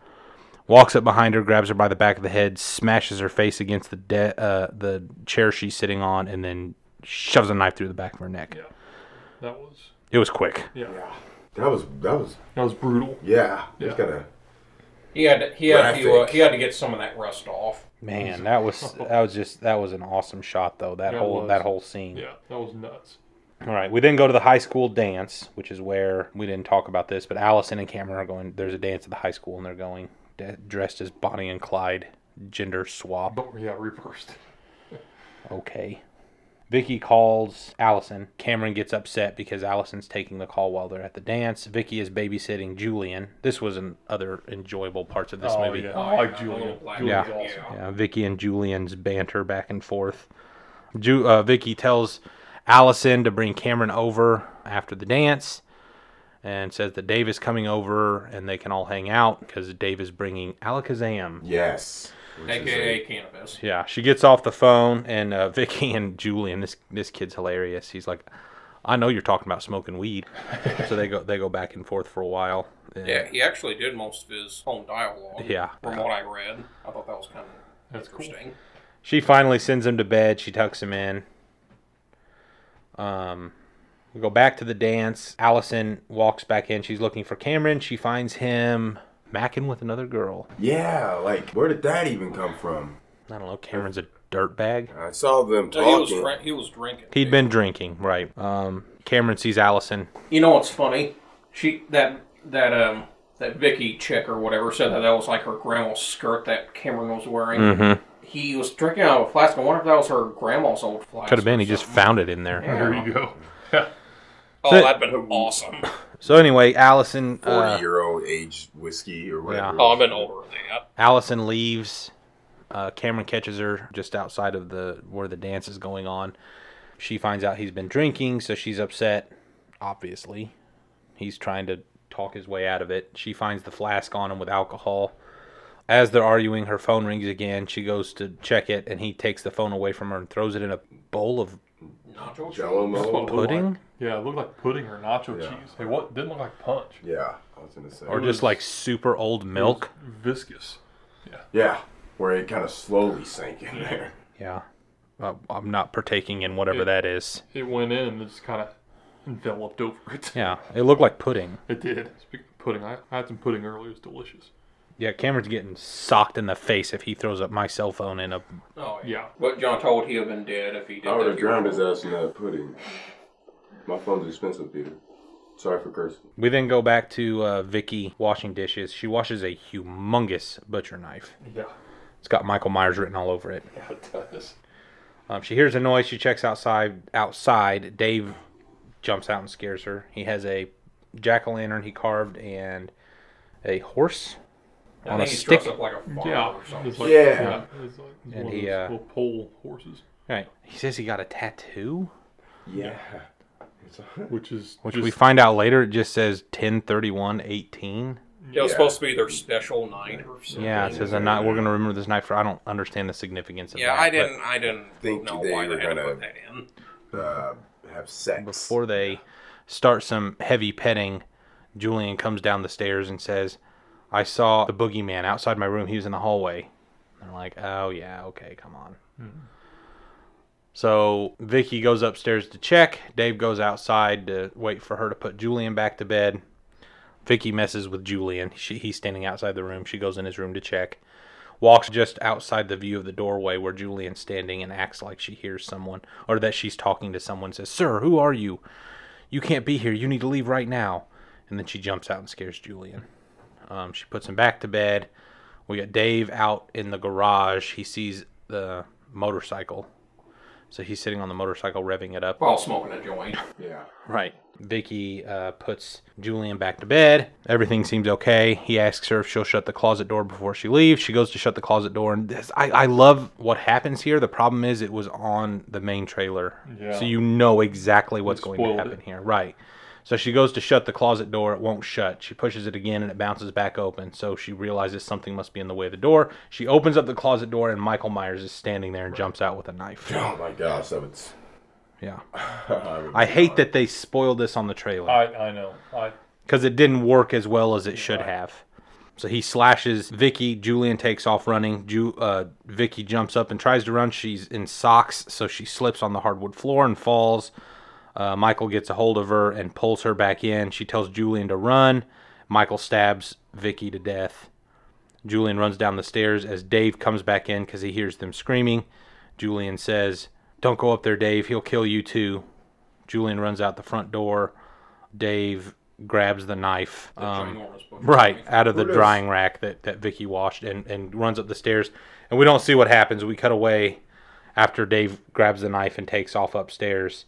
Walks up behind her, grabs her by the back of the head, smashes her face against the de- uh, the chair she's sitting on, and then shoves a knife through the back of her neck.
That was
It was quick.
That was that was
that was brutal.
yeah.
Yeah.
Just gotta
He had. To, he had to. Uh,
Graphic.
he had to get some of that rust off.
Man, that was that was just that was an awesome shot though. That
Yeah, it
whole
was.
that whole scene.
Yeah, that was nuts.
All right, we then go to the high school dance, which is where we didn't talk about this, but Allison and Cameron are going. There's a dance at the high school, and they're going de- dressed as Bonnie and Clyde, gender swap.
But yeah, reversed.
Okay. Vicky calls Allison. Cameron gets upset because Allison's taking the call while they're at the dance. Vicky is babysitting Julian. This was an other enjoyable parts of this
oh,
movie.
Yeah. I like
A little
Julian.
black
Julian's
guy,
awesome.
yeah.
Yeah, Vicky and Julian's banter back and forth. Ju- uh, Vicky tells Allison to bring Cameron over. after the dance and says that Dave is coming over and they can all hang out because Dave is bringing Alakazam.
Yes. Which is
aka cannabis.
Yeah, she gets off the phone, and uh, *laughs* Vicky and Julian, this this kid's hilarious. He's like, "I know you're talking about smoking weed," so they go they go back and forth for a while. And-
Yeah, he actually did most of his own dialogue.
Yeah.
From what I read, I thought that was kind of interesting.
She finally sends him to bed. She tucks him in. Um, we go back to the dance. Allison walks back in. She's looking for Cameron. She finds him macking with another girl.
a- yeah, like where did that even come from?
I don't know. Cameron's a dirtbag.
I saw them
So he was
talking.
dra- he was drinking.
He'd been drinking, right? Um, Cameron sees Allison.
You know what's funny? She that that um that Vicky chick or whatever said that that was like her grandma's skirt that Cameron was wearing.
Mm.
He was drinking out of a flask. I wonder if that was her grandma's old flask.
Could have been.
or
He just *laughs*
something.
found it in there.
There you go.
Oh, that'd been
*laughs*
awesome.
So anyway, Allison.
Forty
uh,
year old aged whiskey or whatever.
Yeah.
Oh, I've been over that.
Allison leaves. Uh, Cameron catches her just outside of the where the dance is going on. She finds out he's been drinking, so she's upset. Obviously, he's trying to talk his way out of it. She finds the flask on him with alcohol. As they're arguing, her phone rings again. She goes to check it, and he takes the phone away from her and throws it in a bowl of
Jell-O Molo.
Looked like-
pudding,
yeah, it looked like pudding or nacho
Yeah.
cheese. Hey, what didn't look like punch?
Yeah, I was gonna say.
or just like super old milk.
Viscous.
yeah, where it kind of slowly sank in there.
Yeah, Uh, I'm not partaking in whatever that is.
It went in and it just kind of enveloped over it.
Yeah, it looked like pudding.
It did. Speaking of pudding, I, I had some pudding earlier. It was delicious.
Yeah, Cameron's getting socked in the face if he throws up my cell phone in a.
Oh
Yeah.
But John told he'd have been dead if he did.
I would
that
have
here.
drowned his ass in that pudding. My phone's expensive, Peter. Sorry for cursing.
We then go back to uh, Vicky washing dishes. She washes a humongous butcher knife.
Yeah.
It's got Michael Myers written all over it.
Yeah, it does.
Um, she hears a noise. She checks outside. Outside, Dave jumps out and scares her. He has a jack o' lantern he carved and a horse
I
on a
think he's
stick.
dressed up like a farmer
Yeah.
or something.
It's like,
Yeah.
It's like it's
And
one
he,
of those
uh,
little pole horses,
Right. He says he got a tattoo,
Yeah.
which is
which
just,
we find out later. It just says ten thirty one eighteen.
Yeah, it was
Yeah.
supposed to be their special night or something.
Yeah, it says a night. We're gonna remember this night for. I don't understand the significance of
Yeah,
that.
I
but-
didn't. I didn't
Think
know
they
why
were
they had to
gonna-
put that in.
Uh, have sex.
before they start some heavy petting, Julian comes down the stairs and says, I saw the boogeyman outside my room. He was in the hallway. And they're like, oh, yeah, okay, come on. So Vicky goes upstairs to check. Dave goes outside to wait for her to put Julian back to bed. Vicky messes with Julian. She, he's standing outside the room. She goes in his room to check. Walks just outside the view of the doorway where Julian's standing and acts like she hears someone or that she's talking to someone. Says, Sir, who are you? You can't be here. You need to leave right now. And then she jumps out and scares Julian. Um, she puts him back to bed. We got Dave out in the garage. He sees the motorcycle. So he's sitting on the motorcycle revving it up.
While smoking a joint.
Um,
Yeah.
Right. Vicky uh, puts Julian back to bed. Everything seems okay. He asks her if she'll shut the closet door before she leaves. She goes to shut the closet door, and this, I, I love what happens here. The problem is it was on the main trailer,
Yeah.
so you know exactly what's
It
going to
spoiled
happen
it.
here. Right. So she goes to shut the closet door. It won't shut. She pushes it again, and it bounces back open. So she realizes something must be in the way of the door. She opens up the closet door, and Michael Myers is standing there and jumps out with a
*sighs*
knife.
Oh my gosh, that would. s-
Yeah.
I would-
I hate that they spoiled this on the trailer.
I I know. I
because it didn't work as well as it should have. So he slashes Vicky. Julian takes off running. Ju- uh, Vicky jumps up and tries to run. She's in socks, so she slips on the hardwood floor and falls. Uh, Michael gets a hold of her and pulls her back in. She tells Julian to run. Michael stabs Vicky to death. Julian runs down the stairs as Dave comes back in because he hears them screaming. Julian says, Don't go up there, Dave. He'll kill you too. Julian runs out the front door. Dave grabs the knife. um,
Ginormous book.
*laughs* Right, out of the
Who does-
drying rack that, that Vicky washed and, and runs up the stairs. And we don't see what happens. We cut away after Dave grabs the knife and takes off upstairs.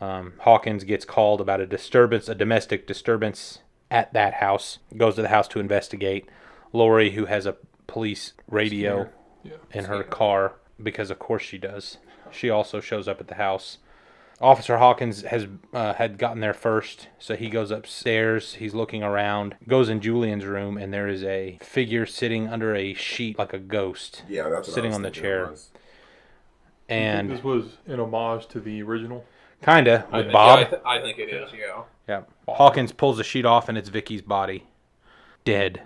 Um, Hawkins gets called about a disturbance, a domestic disturbance at that house. Goes to the house to investigate. Lori, who has a police radio
yeah.
in her car, because of course she does, she also shows up at the house. Officer Hawkins has uh, had gotten there first, so he goes upstairs. He's looking around, goes in Julian's room, and there is a figure sitting under a sheet like a ghost.
Yeah, that's what I
sitting
was
on the
thinking it
chair,
was.
And this
and
was an homage to the original.
kinda
I,
with
yeah,
Bob.
I, th- I think it is. Yeah.
Yeah. Hawkins pulls the sheet off, and it's Vicky's body. Dead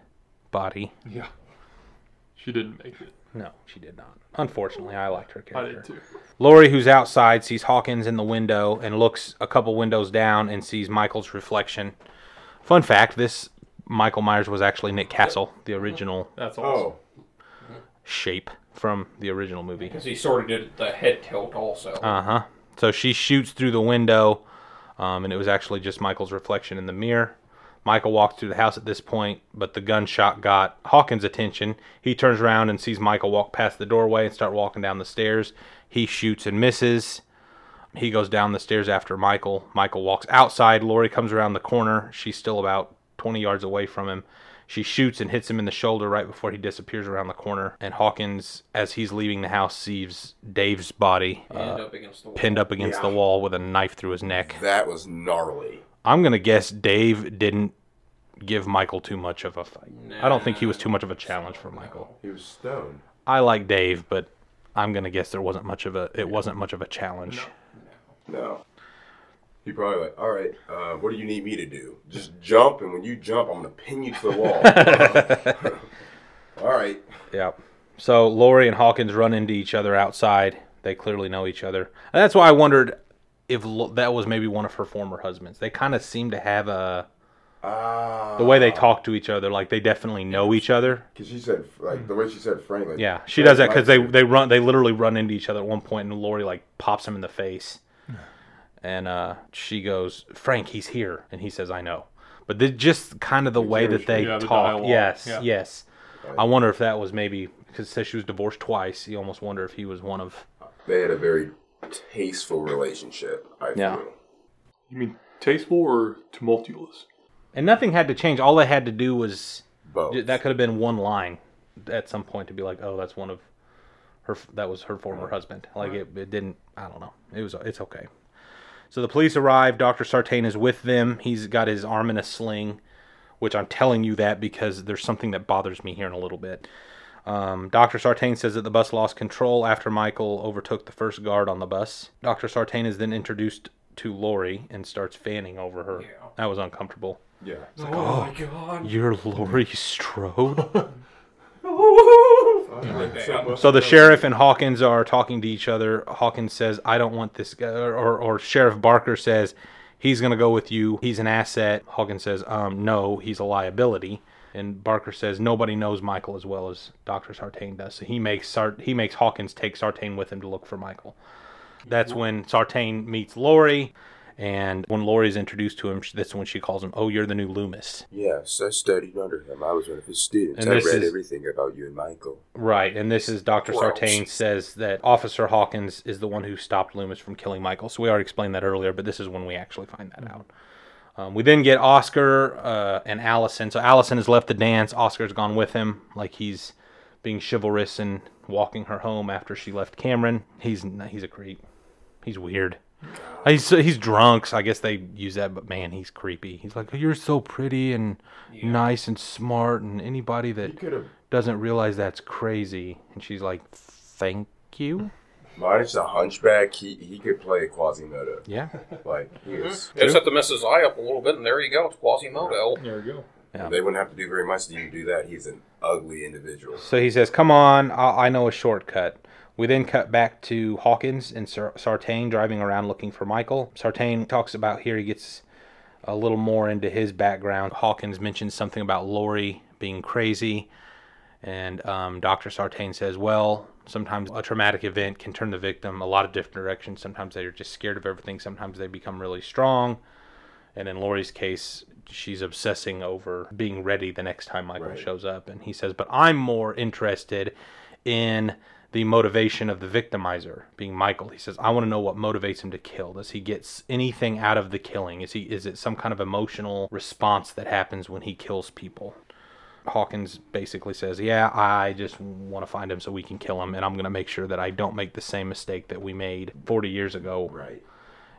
body.
Yeah. She didn't make it.
No, she did not. Unfortunately, I liked her
I
character.
did too.
Lori, who's outside, sees Hawkins in the window and looks a couple windows down and sees Michael's reflection. Fun fact this Michael Myers was actually Nick Castle, the original
That's awesome.
Oh,
shape from the original movie.
Because he sort of did the head tilt also.
Uh huh. So she shoots through the window, um, and it was actually just Michael's reflection in the mirror. Michael walks through the house at this point, but the gunshot got Hawkins' attention. He turns around and sees Michael walk past the doorway and start walking down the stairs. He shoots and misses. He goes down the stairs after Michael. Michael walks outside. Lori comes around the corner. She's still about 20 yards away from him. She shoots and hits him in the shoulder right before he disappears around the corner. And Hawkins, as he's leaving the house, sees Dave's body
He ended up against the wall. *laughs*
pinned up against the wall with a knife through his neck.
that was gnarly.
I'm gonna guess Dave didn't give Michael too much of a fight. I don't think he was too much of a challenge for Michael.
He was stoned.
I like Dave, but I'm gonna guess there wasn't much of a it wasn't much of a challenge.
No. He probably like, all right, uh, what do you need me to do? Just jump, and when you jump, I'm gonna pin you to the wall. *laughs* all right.
Yeah. So Lori and Hawkins run into each other outside. They clearly know each other. And that's why I wondered if Lo- that was maybe one of her former husbands. They kind of seem to have a
Ah.
the way they talk to each other, like they definitely know each other.
Because she said, like, the way she said Frank. Like,
Yeah, she does that because
Frank
they
likes
they run they literally run into each other at one point, and Lori like pops him in the face, and uh, she goes, "Frank, he's here," and he says, "I know." But the, just kind of the way that they
Yeah, the
talk,
dialogue,
yes,
yeah.
yes. I wonder if that was maybe because it says she was divorced twice. You almost wonder if he was one of
you. They had a very tasteful relationship, I
Yeah.
feel.
You mean tasteful or tumultuous?
and nothing had to change. All they had to do was
Both.
that could have been one line at some point to be like, oh, that's one of her. That was her former husband. Like it, it didn't. I don't know. It was. It's okay. So the police arrive. Doctor Sartain is with them. He's got his arm in a sling, which I'm telling you that because there's something that bothers me here in a little bit. Um, Dr. Sartain says that the bus lost control after Michael overtook the first guard on the bus. Dr. Sartain is then introduced to Lori and starts fanning over her. That was uncomfortable.
yeah.
You're Lori *laughs* Strode?
So much-
So the sheriff and Hawkins are talking to each other. Hawkins says, "I don't want this guy," or, or Sheriff Barker says, "He's gonna go with you. He's an asset." Hawkins says, "Um, no, he's a liability." And Barker says, "Nobody knows Michael as well as Doctor Sartain does." So he makes Sart- he makes Hawkins take Sartain with him to look for Michael. That's when Sartain meets Lori. And when Lori's introduced to him, sh- that's when she calls him, "Oh, you're the new Loomis."
Yes, I studied under him. I was one of his students.
And
I
this
read
is-
everything about you and Michael.
Right, and this is Dr.
Gross.
Sartain says that Officer Hawkins is the one who stopped Loomis from killing Michael. So we already explained that earlier, but this is when we actually find that out. Um, we then get Oscar uh, and Allison. So Allison has left the dance. Oscar's gone with him, like he's being chivalrous and walking her home after she left Cameron. He's n- he's a creep. He's weird. He's he's drunk, so I guess they use that. But man, he's creepy. He's like, you're so pretty and nice and smart, and anybody that
could've-
doesn't realize that's crazy. And she's like, thank you.
Minus the hunchback, he, he could play Quasimodo.
Yeah.
Like, he was.
Just have to mess his eye up a little bit, and there you go. It's Quasimodo.
There you go.
They wouldn't have to do very much to even do that. He's an ugly individual.
So he says, "Come on, I, I know a shortcut." We then cut back to Hawkins and Sar- Sartain driving around looking for Michael. Sartain talks about here he gets a little more into his background. Hawkins mentions something about Lori being crazy, and um, Doctor Sartain says, "Well." Sometimes a traumatic event can turn the victim a lot of different directions. Sometimes they are just scared of everything. Sometimes they become really strong. And in Lori's case, she's obsessing over being ready the next time Michael shows up. And he says, But I'm more interested in the motivation of the victimizer being Michael. He says, I want to know what motivates him to kill. Does he get s- anything out of the killing? Is he is it some kind of emotional response that happens when he kills people? Hawkins basically says, "Yeah, I just want to find him so we can kill him and I'm going to make sure that I don't make the same mistake that we made 40 years ago
Right.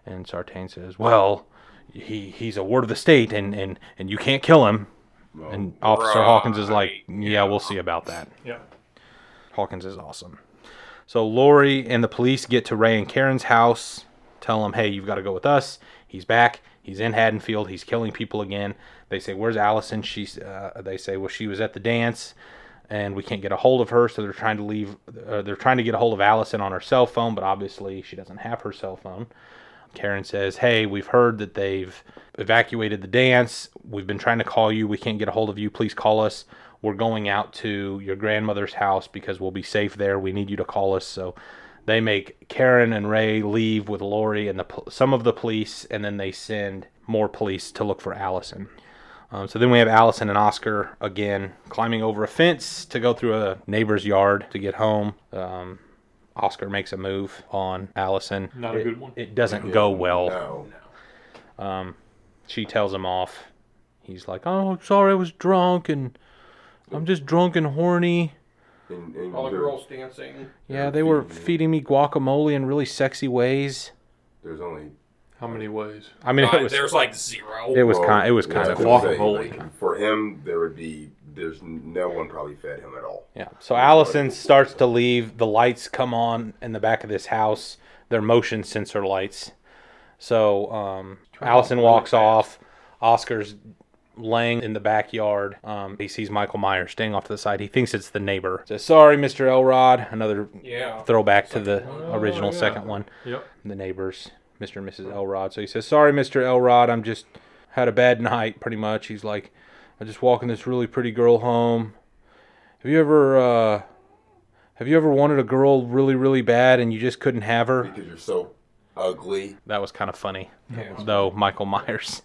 And Sartain says, "Well, he he's a ward of the state, and and and you can't kill him." and Officer Hawkins is like, "Yeah, we'll see about that."
Yeah.
Hawkins is awesome. So Lori and the police get to Ray and Karen's house, tell them, hey, you've got to go with us. He's back. He's in Haddonfield. He's killing people again. They say, where's Allison? She's, uh, they say, well, she was at the dance and we can't get a hold of her. So they're trying to leave, uh, they're trying to get a hold of Allison on her cell phone, but obviously she doesn't have her cell phone. Karen says, Hey, we've heard that they've evacuated the dance. We've been trying to call you. We can't get a hold of you. Please call us. We're going out to your grandmother's house because we'll be safe there. We need you to call us. So they make Karen and Ray leave with Lori and the pol- some of the police, and then they send more police to look for Allison. Um, so then we have Allison and Oscar again climbing over a fence to go through a neighbor's yard to get home. Um, Oscar makes a move on Allison.
Not a
It-
good one.
It doesn't go well
No.
she tells him off. He's like, "Oh, sorry, I was drunk, and I'm just drunk and horny."
And, and
All the
there-
girls dancing.
Yeah, they were feeding me guacamole in really sexy ways.
There's only
How many ways?
I mean,
Uh,
it was
there's like zero.
it was
Well,
kind it was
yeah,
kind
I
of
was gonna say,
guacamole.
like, for him, there would be there's n- no one probably fed him at all.
yeah. So Allison starts to leave. The lights come on in the back of this house. Their motion sensor lights. So um, Allison walks off. Oscar's laying in the backyard. Um, he sees Michael Myers staying off to the side. He thinks it's the neighbor. Says, "Sorry, Mr. Elrod." Another
Yeah.
throwback to the original
yeah.
second one. Oh,
Yep.
The neighbors, Mr. and Mrs. Elrod. So he says, "Sorry, Mr. Elrod, I'm just had a bad night." Pretty much, he's like, "I'm just walking this really pretty girl home. Have you ever, uh, have you ever wanted a girl really, really bad and you just couldn't have her?"
Because you're so ugly.
That was kind of funny, though. Michael Myers.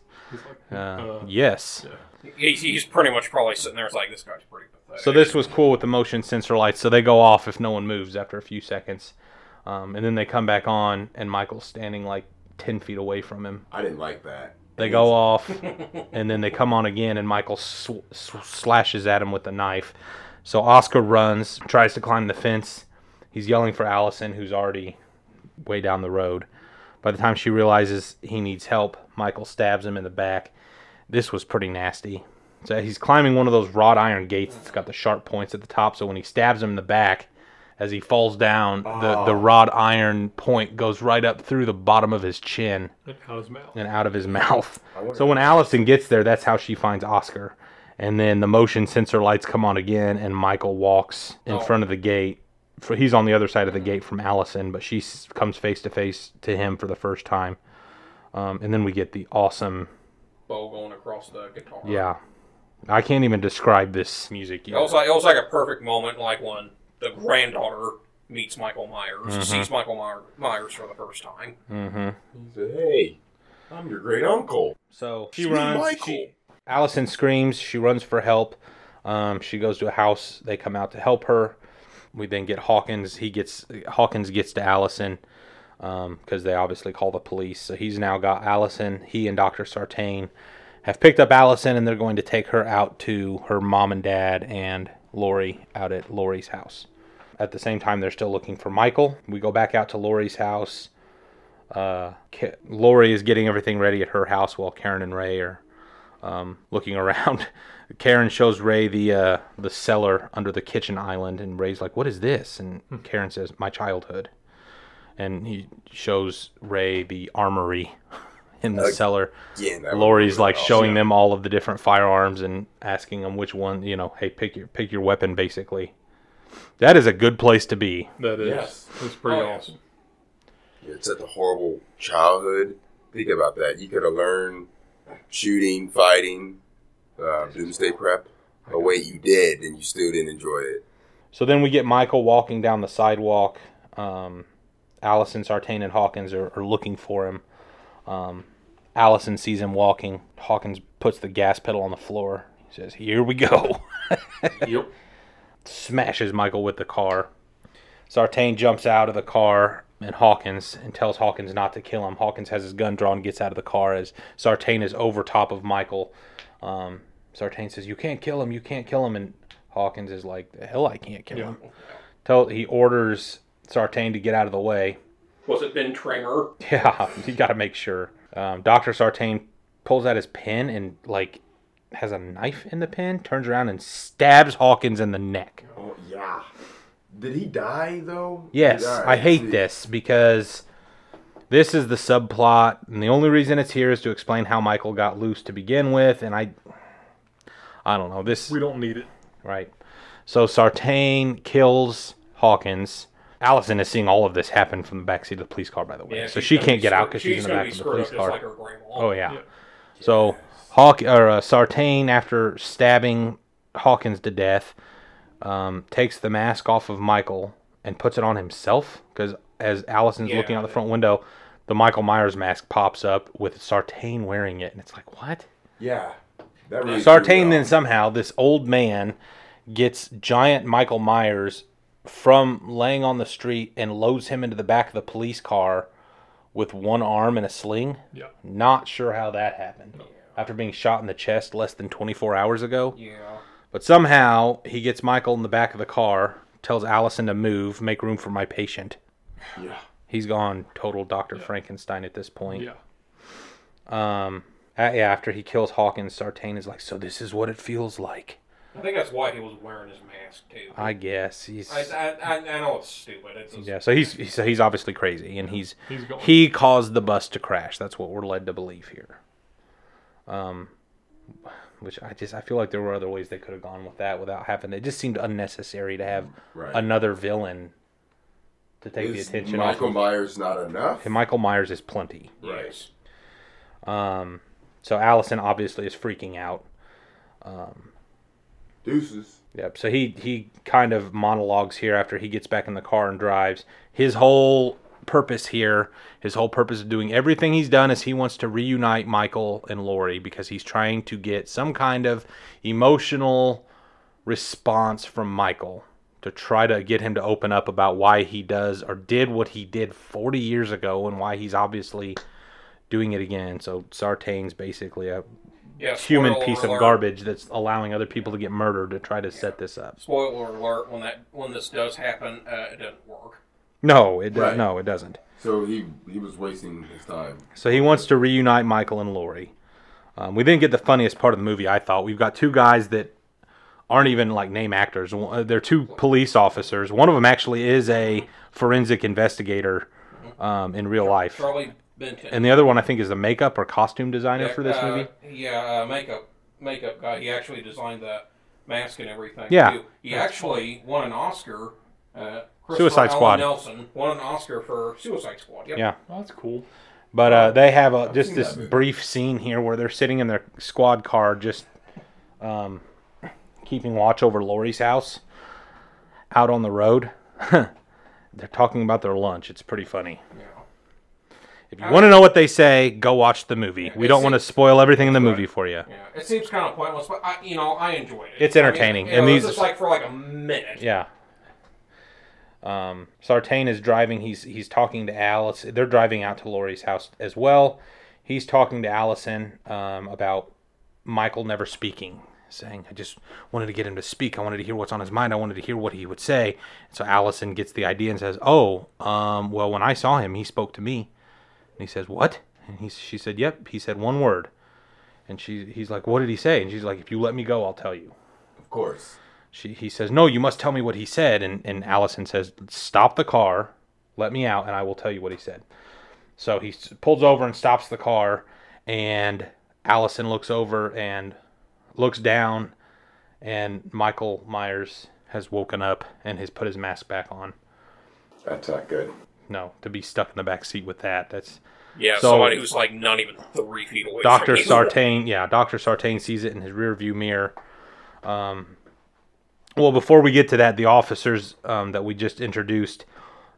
Uh, yes.
He, he's pretty much probably sitting there. It's like this guy's pretty pathetic.
So this was cool with the motion sensor lights. So they go off if no one moves after a few seconds, um, and then they come back on, and Michael's standing like ten feet away from him.
I didn't like that.
They go off, and then they come on again, and Michael sw- sw- slashes at him with a knife. So Oscar runs, tries to climb the fence. He's yelling for Allison, who's already way down the road. By the time she realizes he needs help, Michael stabs him in the back. This was pretty nasty. So he's climbing one of those wrought iron gates that's got the sharp points at the top. So when he stabs him in the back, as he falls down, the, the wrought iron point goes right up through the bottom of his chin
Out his mouth.
and out of his *laughs* mouth. So when Allison gets there, that's how she finds Oscar. And then the motion sensor lights come on again, and Michael walks in front of the gate. For he's on the other side of the gate from Allison, but she s- comes face to face to him for the first time. Um, and then we get the awesome,
bow going across the guitar.
yeah. I can't even describe this music.
It was like it was like a perfect moment, like when the granddaughter meets Michael Myers,
Mm-hmm.
sees Michael Myers, Myers for the first time.
He said, "Hey, I'm your great uncle."
So she
It's me,
runs.
Michael.
She, Allison screams. She runs for help. Um, she goes to a house. They come out to help her. We then get Hawkins. He gets Hawkins gets to Allison because they obviously call the police. So he's now got Allison. He and Doctor Sartain have picked up Allison, and they're going to take her out to her mom and dad and Lori out at Lori's house. At the same time, they're still looking for Michael. We go back out to Lori's house. Uh, Ka- Lori is getting everything ready at her house while Karen and Ray are um, looking around. *laughs* Karen shows Ray the uh, the cellar under the kitchen island, and Ray's like, "What is this?" And Karen says, "My childhood." And he shows Ray the armory *laughs* in the cellar.
Yeah, that
Lori's
would-
like showing them all of the different firearms and asking them which one, you know, hey, pick your pick your weapon, basically. That is a good place to be.
That is.
Yes.
That's pretty
Oh, yeah.
awesome.
It's such a horrible childhood. Think about that. You could have learned shooting, fighting, uh, doomsday prep. Oh wait, you did, and you still didn't enjoy it.
So then we get Michael walking down the sidewalk. Um, Allison, Sartain, and Hawkins are, are looking for him. Um, Allison sees him walking. Hawkins puts the gas pedal on the floor. He says, Here we go. *laughs*
Yep.
Smashes Michael with the car. Sartain jumps out of the car and Hawkins and tells Hawkins not to kill him. Hawkins has his gun drawn, gets out of the car as Sartain is over top of Michael. Um, Sartain says, You can't kill him, you can't kill him. And Hawkins is like, The hell, I can't kill him. Tell, he orders Sartain to get out of the way.
Was it Ben Tramer?
*laughs* Yeah, you got to make sure. Um, Doctor Sartain pulls out his pen and like has a knife in the pen, turns around and stabs Hawkins in the neck.
Oh yeah. Did he die though?
Yes,
He died.
I hate
See,
this because this is the subplot, and the only reason it's here is to explain how Michael got loose to begin with, and I, I don't know this
We don't need it.
right. So Sartain kills Hawkins. Allison is seeing all of this happen from the backseat of the police car, by the way, so
she's
she
gonna
can't
be
get out
screwed-
because she's, in the
gonna
back of the
screwed up
police car.
Just like her grandma.
Oh yeah.
Yeah.
So Hawk or uh, Sartain, after stabbing Hawkins to death, um, takes the mask off of Michael and puts it on himself because as Allison's looking out the front window, the Michael Myers mask pops up with Sartain wearing it, and it's like what?
Yeah. That really threw
Sartain
me
then
off.
somehow this old man gets giant Michael Myers from laying on the street and loads him into the back of the police car with one arm in a sling.
Yeah.
Not sure how that happened. After being shot in the chest less than 24 hours ago.
Yeah.
But somehow he gets Michael in the back of the car, tells Allison to move, make room for my patient.
Yeah.
He's gone total Dr. Frankenstein at this point.
Yeah.
Um, a- yeah, after he kills Hawkins, Sartain is like, So this is what it feels like.
I think that's why he was wearing his mask too. I
I guess he's
I, I, I know it's stupid. It's just,
yeah. So he's he's- so he's obviously crazy, and he's,
He's going.
he caused the bus to crash. That's what we're led to believe here. Um, which I just I feel like there were other ways they could have gone with that without having. It just seemed unnecessary to have
Right.
another villain to take
Is
the attention
Michael
off.
Myers not enough.
Of. Michael Myers is plenty.
Right.
So Allison obviously is freaking out.
Deuces.
Yep. So he he kind of monologues here after he gets back in the car and drives. His whole purpose here, his whole purpose of doing everything he's done is he wants to reunite Michael and Lori because he's trying to get some kind of emotional response from Michael to try to get him to open up about why he does or did what he did 40 years ago and why he's obviously doing it again. So Sartain's basically a
yeah
human
spoiler
piece of
alert.
garbage that's allowing other people to get murdered to try to set this up.
Spoiler alert: when that when this does happen, uh, it doesn't work.
No, it does,
Right.
no, it doesn't.
So he he was wasting his time.
So he wants to reunite Michael and Lori. Um, we then get the funniest part of the movie. I thought we've got two guys that aren't even like name actors. One- uh, They're two police officers. One of them actually is a forensic investigator um, in real life,
Charlie Benton
and the other one I think is a makeup or costume designer
That,
for this
uh,
movie.
Yeah, uh, makeup makeup guy. He actually designed the mask and everything.
Yeah.
too. he actually won an Oscar. Uh, Christopher
Suicide
Alan
Squad.
Nelson won an Oscar for Suicide Squad. Yep.
Yeah.
Oh, that's cool.
But uh, they have a, just
seen
this
that movie.
brief scene here where they're sitting in their squad car, just um, keeping watch over Lori's house out on the road. *laughs* they're talking about their lunch. It's pretty funny. If you want to know what they say, go watch the movie. We
it
don't want to
seems-
spoil everything in the movie for you.
Yeah, it seems kind of pointless, but I, you know, I enjoyed it.
It's
I mean,
entertaining,
you know,
and
it was
these-
just like for like a minute.
Yeah. Um, Sartain is driving. He's he's talking to Alice. They're driving out to Lori's house as well. He's talking to Allison um, about Michael never speaking, saying, "I just wanted to get him to speak. I wanted to hear what's on his mind. I wanted to hear what he would say." So Allison gets the idea and says, "Oh, um, well, when I saw him, he spoke to me." And he says, "What?" And he she said, "Yep." He said one word. And she he's like, "What did he say?" And she's like, "If you let me go, I'll tell you."
Of course.
she, he says, No, you must tell me what he said. And, and Allison says, Stop the car, let me out, and I will tell you what he said. So he s- pulls over and stops the car, and Allison looks over and looks down, and Michael Myers has woken up and has put his mask back on.
That's not good.
No, to be stuck in the back seat with that, that's
Yeah,
So- somebody who's,
like not even three feet *laughs* away.
Doctor Sartain, yeah, Doctor Sartain sees it in his rearview mirror. Um, well, before we get to that, the officers um, that we just introduced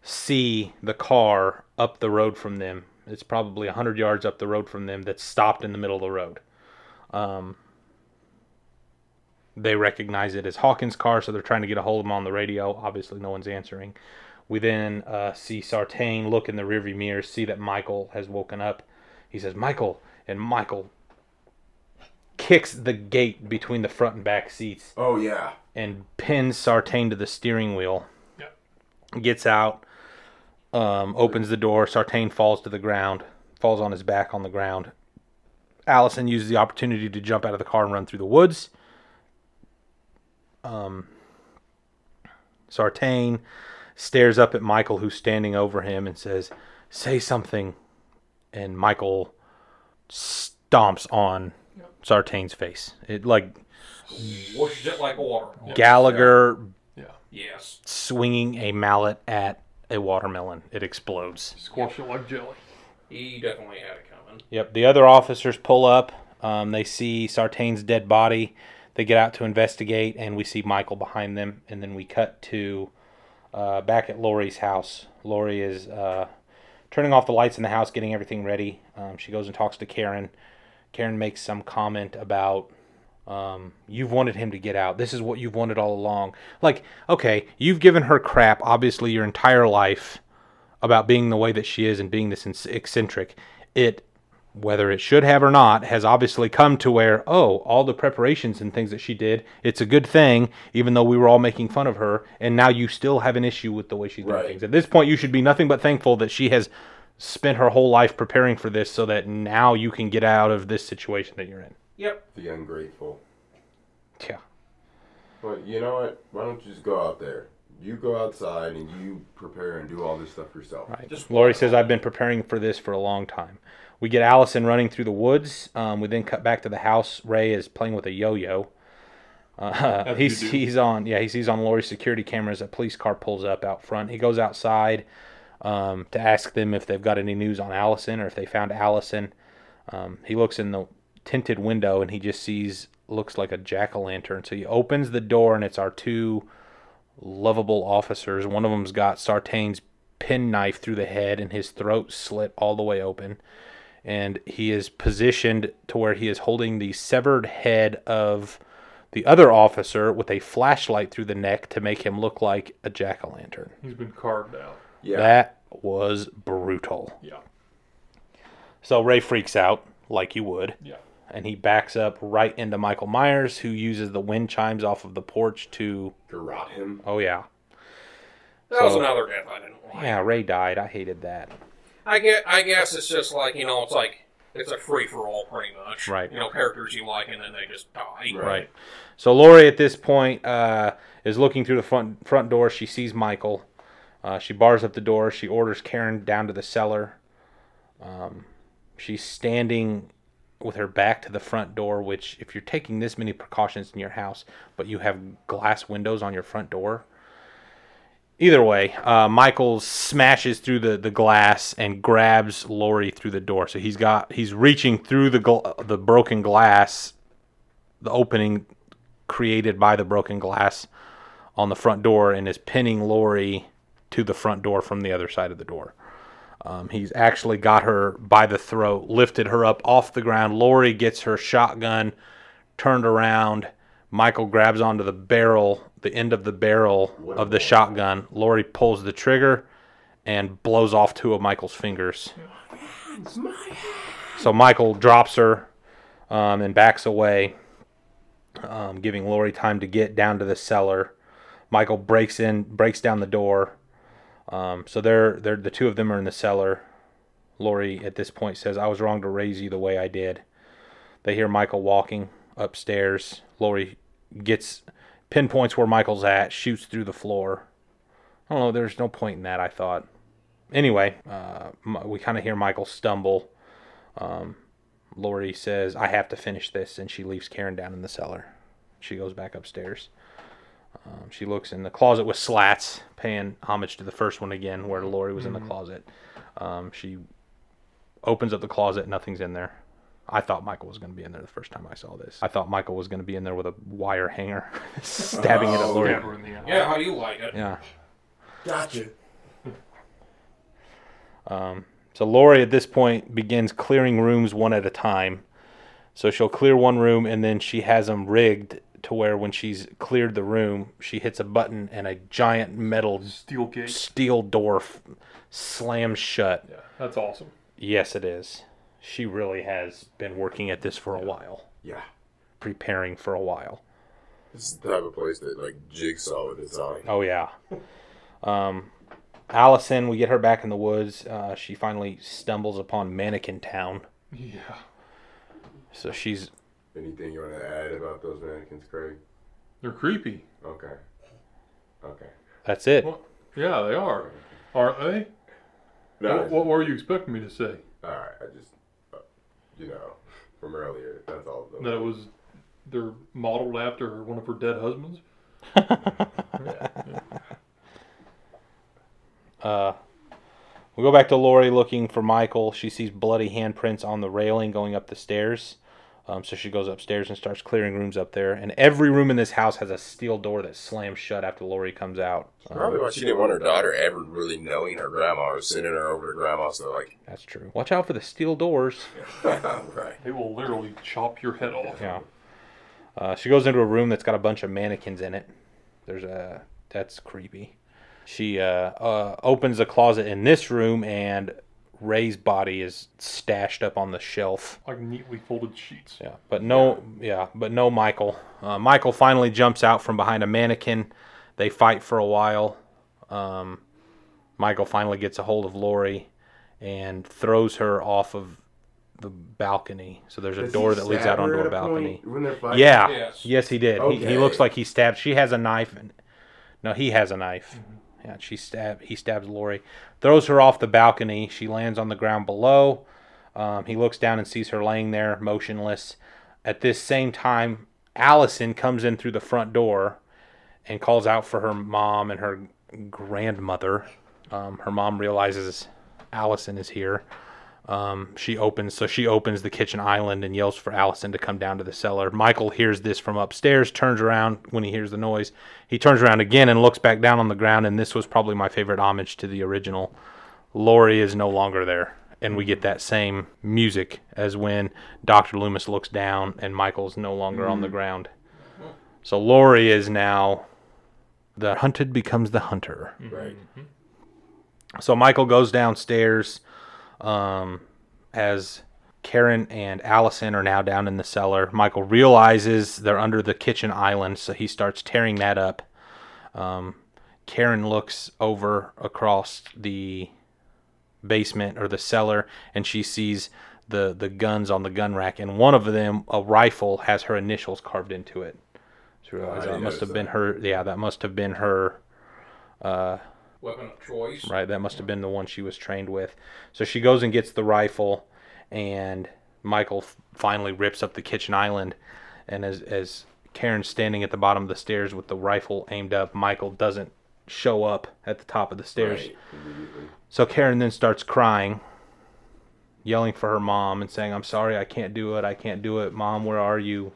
see the car up the road from them. It's probably hundred yards up the road from them that's stopped in the middle of the road. Um, they recognize it as Hawkins' car, so they're trying to get a hold of him on the radio. Obviously, no one's answering. We then uh, see Sartain look in the rearview mirror, see that Michael has woken up. He says, Michael, and Michael kicks the gate between the front and back seats
Oh yeah.
and pins Sartain to the steering wheel. Gets out, um, opens the door. Sartain falls to the ground, falls on his back on the ground. Allison uses the opportunity to jump out of the car and run through the woods. Um, Sartain stares up at Michael, who's standing over him, and says, Say something. And Michael stomps on Sartain's face. It like
Washes it like water.
Gallagher
Yes.
swinging a mallet at a watermelon. It explodes.
Squash it like jelly.
He definitely had it coming.
Yep. The other officers pull up. Um, they see Sartain's dead body. They get out to investigate, and we see Michael behind them. And then we cut to uh, back at Lori's house. Lori is uh, turning off the lights in the house, getting everything ready. Um, she goes and talks to Karen. Karen makes some comment about um, you've wanted him to get out. This is what you've wanted all along. Like, okay, you've given her crap, obviously, your entire life about being the way that she is and being this ins- eccentric. It, whether it should have or not, has obviously come to where, oh, all the preparations and things that she did, it's a good thing, even though we were all making fun of her, and now you still have an issue with the way she's doing
Right.
things. At this point, you should be nothing but thankful that she has spent her whole life preparing for this so that now you can get out of this situation that you're in.
Yep.
The ungrateful.
Yeah.
But you know what? Why don't you just go out there? You go outside and you prepare and do all this stuff yourself.
Right. Lori says, I've been preparing for this for a long time. We get Allison running through the woods. Um, we then cut back to the house. Ray is playing with a yo yo. Uh, he's, he's on, yeah, he sees on Lori's security cameras a police car pulls up out front. He goes outside um, to ask them if they've got any news on Allison or if they found Allison. Um, he looks in the tinted window and he just sees, looks like a jack o' lantern. So he opens the door and it's our two lovable officers. One of them's got Sartain's penknife through the head and his throat slit all the way open. And he is positioned to where he is holding the severed head of the other officer with a flashlight through the neck to make him look like a jack o' lantern.
He's been carved out.
Yeah.
That was brutal.
Yeah.
So Ray freaks out, like you would,
Yeah.
and he backs up right into Michael Myers, who uses the wind chimes off of the porch to.
Garrot him.
Oh, yeah. Oh
That was another death I didn't like.
Yeah, Ray died. I hated that.
I guess, I guess it's just like, you know, it's like, it's a free for all pretty much.
Right.
You know, characters you like and then they just die.
Right. So Lori at this point uh, is looking through the front front door. She sees Michael. Uh, she bars up the door. She orders Karen down to the cellar. Um, she's standing with her back to the front door, which, if you're taking this many precautions in your house, but you have glass windows on your front door, either way, uh, Michael smashes through the, the glass and grabs Lori through the door. So he's got he's reaching through the gl- the broken glass the opening created by the broken glass on the front door and is pinning Lori to the front door from the other side of the door. Um, he's actually got her by the throat, lifted her up off the ground. Lori gets her shotgun turned around. Michael grabs onto the barrel, the end of the barrel of the shotgun. Lori pulls the trigger and blows off two of Michael's fingers. So Michael drops her um, and backs away um, giving Lori time to get down to the cellar. Michael breaks in, breaks down the door. Um, so they're they're the two of them are in the cellar. Lori at this point says, "I was wrong to raise you the way I did." They hear Michael walking upstairs. Lori gets pinpoints where Michael's at, shoots through the floor. I don't know. There's no point in that. I thought. Anyway, uh, m- we kind of hear Michael stumble. Um, Lori says, "I have to finish this," and she leaves Karen down in the cellar. She goes back upstairs. Um, she looks in the closet with slats, paying homage to the first one again, where Lori was in the closet. Um, she opens up the closet, nothing's in there. I thought Michael was going to be in there the first time I saw this. I thought Michael was going to be in there with a wire hanger, *laughs* stabbing it
Oh,
at Lori.
Never in the eye.
Yeah, how do you like it?
Yeah.
Gotcha.
Um, So Lori at this point begins clearing rooms one at a time. So she'll clear one room and then she has them rigged to where when she's cleared the room, she hits a button and a giant metal
Steel gate.
steel door f- slams shut.
Yeah. That's awesome.
Yes, it is. She really has been working at this for a while,
Yeah.
preparing for a while.
This is the type of place that like Jigsaw would design.
Oh yeah. Oh, Um, Allison, we get her back in the woods. Uh, she finally stumbles upon Mannequin Town.
Yeah.
So she's
Anything you want to add about those mannequins, Craig?
They're creepy.
Okay. Okay.
that's it.
Well, yeah, they are. Aren't they?
No,
What, what were you expecting me to say?
all right. I just, uh, you know, *laughs* from earlier. That's all.
That it was they're modeled after one of her dead husbands?
Uh, We go back to Lori looking for Michael. She sees bloody handprints on the railing going up the stairs. Um, so she goes upstairs and starts clearing rooms up there. And every room in this house has a steel door that slams shut after Lori comes out. Um,
Probably why she didn't want her daughter ever really knowing her grandma or sending her over to grandma. So like, *laughs*
that's true. Watch out for the steel doors.
right.
They will literally chop your head off.
Yeah. Uh, she goes into a room that's got a bunch of mannequins in it. There's a that's creepy. She uh, uh, opens a closet in this room, and Ray's body is stashed up on the shelf.
Like neatly folded sheets.
Yeah, but no, yeah, but no Michael. Uh, Michael finally jumps out from behind a mannequin. They fight for a while. Um, Michael finally gets a hold of Lori and throws her off of the balcony. So there's a door that leads out onto a balcony.
When they're fighting? Oh,
Yeah, yes.
Yes.
he did. He, he
Okay.
looks like he stabbed. She has a knife. And, no, he has a knife. Yeah, she stab. He stabs Lori, throws her off the balcony. She lands on the ground below. Um, he looks down and sees her laying there, motionless. At this same time, Allison comes in through the front door and calls out for her mom and her grandmother. Um, her mom realizes Allison is here. Um, she opens, so she opens the kitchen island and yells for Allison to come down to the cellar. Michael hears this from upstairs, turns around when he hears the noise. He turns around again and looks back down on the ground, and this was probably my favorite homage to the original. Lori is no longer there. And we get that same music as when Dr. Loomis looks down and Michael's no longer on the ground. So Lori is now the hunted becomes the hunter.
Right.
So Michael goes downstairs um, as Karen and Allison are now down in the cellar. Michael realizes they're under the kitchen island, so he starts tearing that up. Um, Karen looks over across the basement or the cellar and she sees the, the guns on the gun rack, and one of them, a rifle, has her initials carved into it. She realizes that
Oh, didn't
must have
notice
been her. Yeah, that must have been her.
Weapon of choice.
Right, that must have been the one she was trained with. So she goes and gets the rifle, and Michael f- finally rips up the kitchen island. And as as Karen's standing at the bottom of the stairs with the rifle aimed up, Michael doesn't show up at the top of the stairs.
Right. Immediately.
So Karen then starts crying, yelling for her mom and saying, "I'm sorry, I can't do it. I can't do it. Mom, where are you?"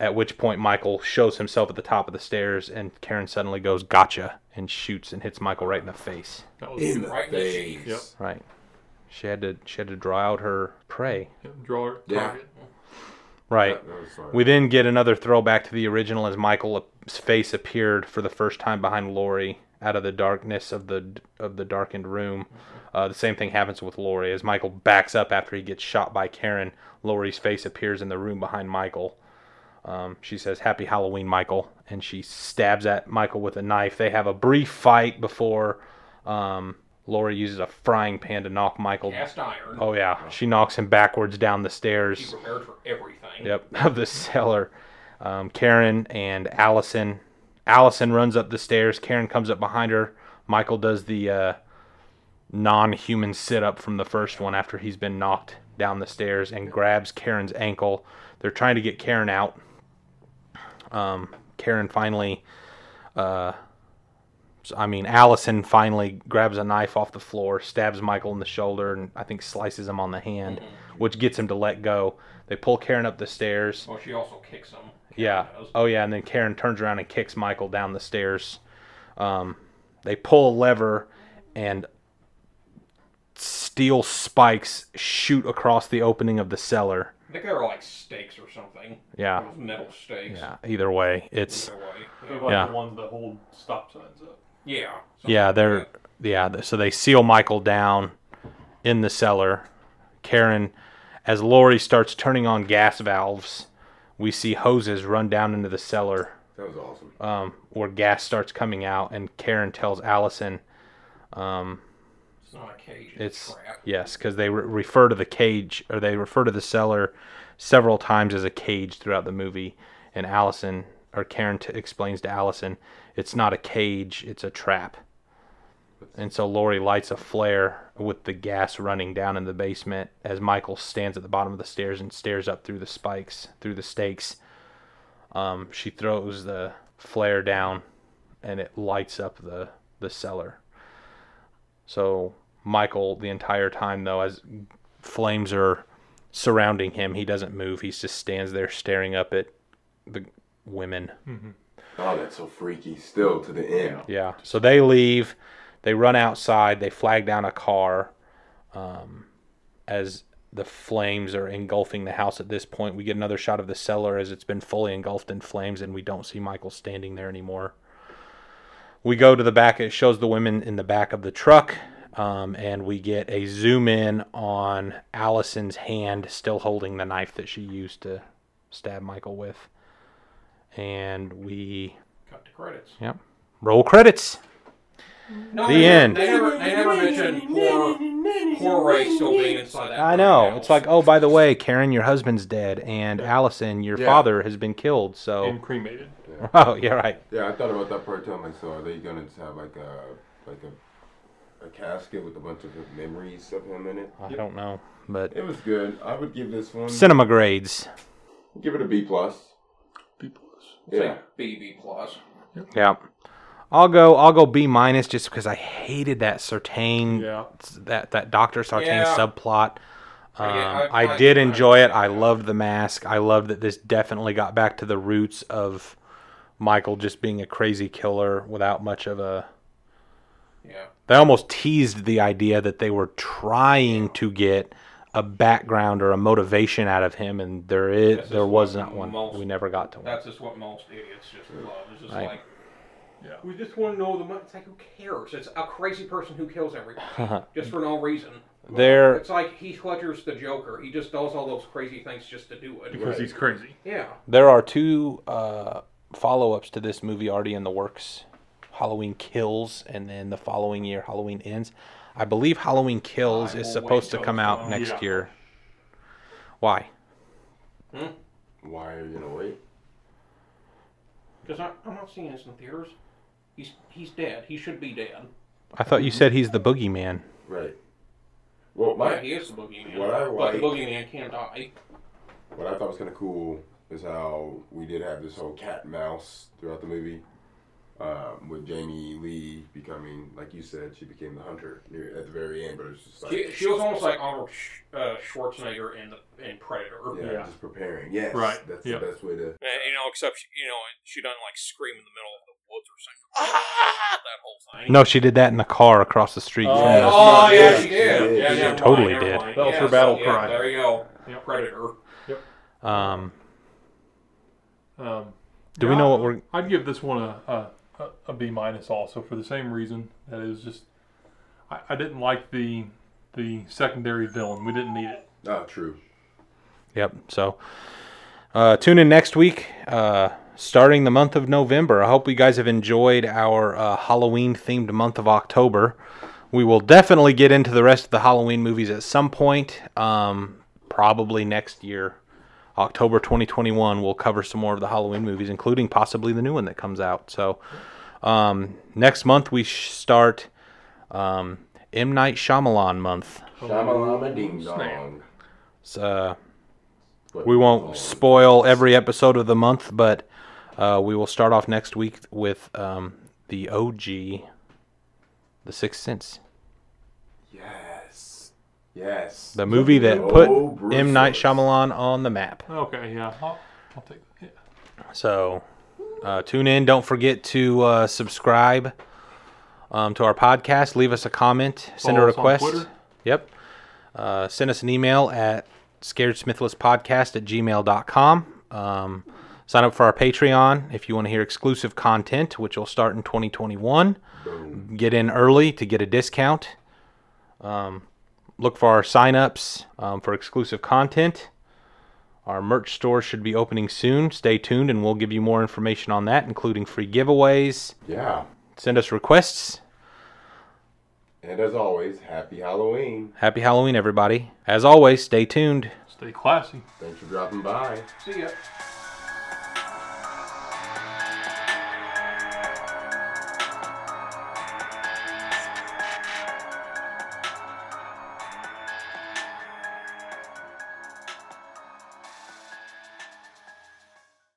At which point Michael shows himself at the top of the stairs and Karen suddenly goes, "Gotcha." and shoots and hits Michael right in the face.
That was
In the
Right in the
face.
Yep.
Right. She had to she had to draw out her prey.
yeah, draw it.
Yeah.
target.
Right.
That was fun.
We then get another throwback to the original as Michael's face appeared for the first time behind Lori out of the darkness of the of the darkened room. Uh, the same thing happens with Lori as Michael backs up after he gets shot by Karen. Lori's face appears in the room behind Michael. Um, she says, "Happy Halloween, Michael," and she stabs at Michael with a knife. They have a brief fight before um, Lori uses a frying pan to knock Michael.
Cast iron.
Oh yeah, she knocks him backwards down the stairs.
Be prepared for everything.
Yep, *laughs* of the cellar. Um, Karen and Allison. Allison runs up the stairs. Karen comes up behind her. Michael does the uh, non-human sit-up from the first one after he's been knocked down the stairs and grabs Karen's ankle. They're trying to get Karen out. Um, Karen finally, uh, so- I mean, Allison finally grabs a knife off the floor, stabs Michael in the shoulder, and I think slices him on the hand, which gets him to let go. They pull Karen up the stairs.
Well, she also kicks him.
Yeah.
does.
Oh, yeah. And then Karen turns around and kicks Michael down the stairs. Um, they pull a lever, and steel spikes shoot across the opening of the cellar.
I think they were like stakes or something.
Yeah.
Those metal stakes.
Yeah. Either way, it's
Either way.
They're like
Yeah.
the ones that hold stop signs up.
Yeah. something
yeah.
like
They're
that.
yeah. th- So they seal Michael down in the cellar. Karen, as Lori starts turning on gas valves, we see hoses run down into the cellar.
That was awesome.
um, where gas starts coming out, and Karen tells Allison, Um,
It's not a cage.
it's
It's, a trap.
yes, because they re- refer to the cage or they refer to the cellar several times as a cage throughout the movie. And Allison or Karen t- explains to Allison, it's not a cage, it's a trap. And so Lori lights a flare with the gas running down in the basement as Michael stands at the bottom of the stairs and stares up through the spikes, through the stakes. Um, she throws the flare down and it lights up the, the cellar. So Michael, the entire time though, as flames are surrounding him, he doesn't move. He just stands there staring up at the women.
Oh, that's so freaky still to the end.
Yeah. So they leave. They run outside. They flag down a car. Um, as the flames are engulfing the house at this point, we get another shot of the cellar as it's been fully engulfed in flames, and we don't see Michael standing there anymore. We go to the back. It shows the women in the back of the truck. Um, and we get a zoom in on Allison's hand still holding the knife that she used to stab Michael with. And we
Cut to credits.
Yep. Roll credits.
No,
The
they
end.
Never, they never, they never mentioned poor, poor Ray still being inside that.
I
fucking
know.
house.
It's like, oh, by the way, Karen, your husband's dead, and Allison, your
Yeah.
father has been killed. So,
and cremated.
*laughs* oh, yeah, right.
Yeah, I thought about that part too. I'm like, so are they gonna just have like a like a a casket with a bunch of his memories of him in it?
Uh-huh.
I don't know, but
It was good. I would give this one
cinema grades.
give it a B plus.
oh.
B plus. Yeah.
BB plus.
Yeah. I'll go. I'll go B minus just because I hated that Sartain,
Yeah.
that that Doctor Sartain
Yeah.
subplot. Um,
Yeah,
I,
I- I-
did
I-
enjoy it. I loved the mask. I loved that this definitely got back to the roots of Michael just being a crazy killer without much of a
Yeah.
they almost teased the idea that they were trying to get a background or a motivation out of him, and there is
This is
there was not one.
most-
we never got to one.
That's just what most idiots just love. It's just
Right.
like,
Yeah.
we just want to know the money. It's like, who cares? It's a crazy person who
*laughs*
kills everybody just for no reason.
There,
It's like Heath Ledger's the Joker. He just does all those crazy things just to do it.
Because he's crazy.
yeah.
there are two uh, follow-ups to this movie already in the works. Halloween Kills, and then the following year, Halloween Ends. I believe Halloween Kills is supposed to come out next
Yeah.
year. Why?
Why are you gonna wait?
Because I'm not seeing this in theaters. He's he's dead. He should be dead.
I thought you said he's the boogeyman.
Right. Well, my
yeah, he is the boogeyman.
what I
but the
like-
boogeyman can't die.
What I thought was kind of cool is how we did have this whole cat and mouse throughout the movie, um, with Jamie Lee becoming, like you said, she became the hunter near, at the very end. But it was just like,
She, she was almost like Arnold Sch- uh, Schwarzenegger in the in Predator.
yeah,
Yeah.
just preparing. Yes,
Right,
That's
yeah.
the best way to.
Uh, You know, except she, you know, she doesn't like scream in the middle of the woods or something. Ah! That whole thing.
No, she did that in the car across the street.
Oh.
from us.
Oh yeah,
Yeah,
she did.
she
Yeah,
did.
never
Totally
mind, never
did.
mind.
That was
Yeah,
her battle
so, yeah,
cry.
There you go.
Yep.
Predator.
Um,
Um,
do we
yeah,
know what we're
I'd give this one a, a, a- a B minus also for the same reason. That is just, I, I didn't like the the secondary villain. We didn't need it.
Ah, true.
Yep. So uh, tune in next week, uh, starting the month of November. I hope you guys have enjoyed our uh, Halloween themed month of October. We will definitely get into the rest of the Halloween movies at some point, um, probably next year. October 2021, we'll cover some more of the Halloween movies, including possibly the new one that comes out. So, um, next month we sh- start um, M. Night Shyamalan month.
Shamalama ding dong.
It's, uh,
But-
we won't spoil every episode of the month, but uh, we will start off next week with um, the OG, The Sixth Sense,
Yes. Yes.
the movie that
Oh,
put
Bruce
M Night
Willis.
Shyamalan on the map.
Okay, yeah, I'll, I'll take it.
So uh, tune in. Don't forget to uh, subscribe um, to our podcast. Leave us a comment. Send a
Follow us on
request.
Twitter.
Yep. Uh, send us an email at scaredsmithlesspodcast at gmail.com. Um, sign up for our Patreon if you want to hear exclusive content, which will start in 2021. Get in early to get a discount. Um, look for our signups um, for exclusive content. Our merch store should be opening soon. Stay tuned and we'll give you more information on that, including free giveaways.
Yeah.
Send us requests.
And as always, happy Halloween.
Happy Halloween, everybody. As always, stay tuned.
Stay classy.
Thanks for dropping by.
See ya.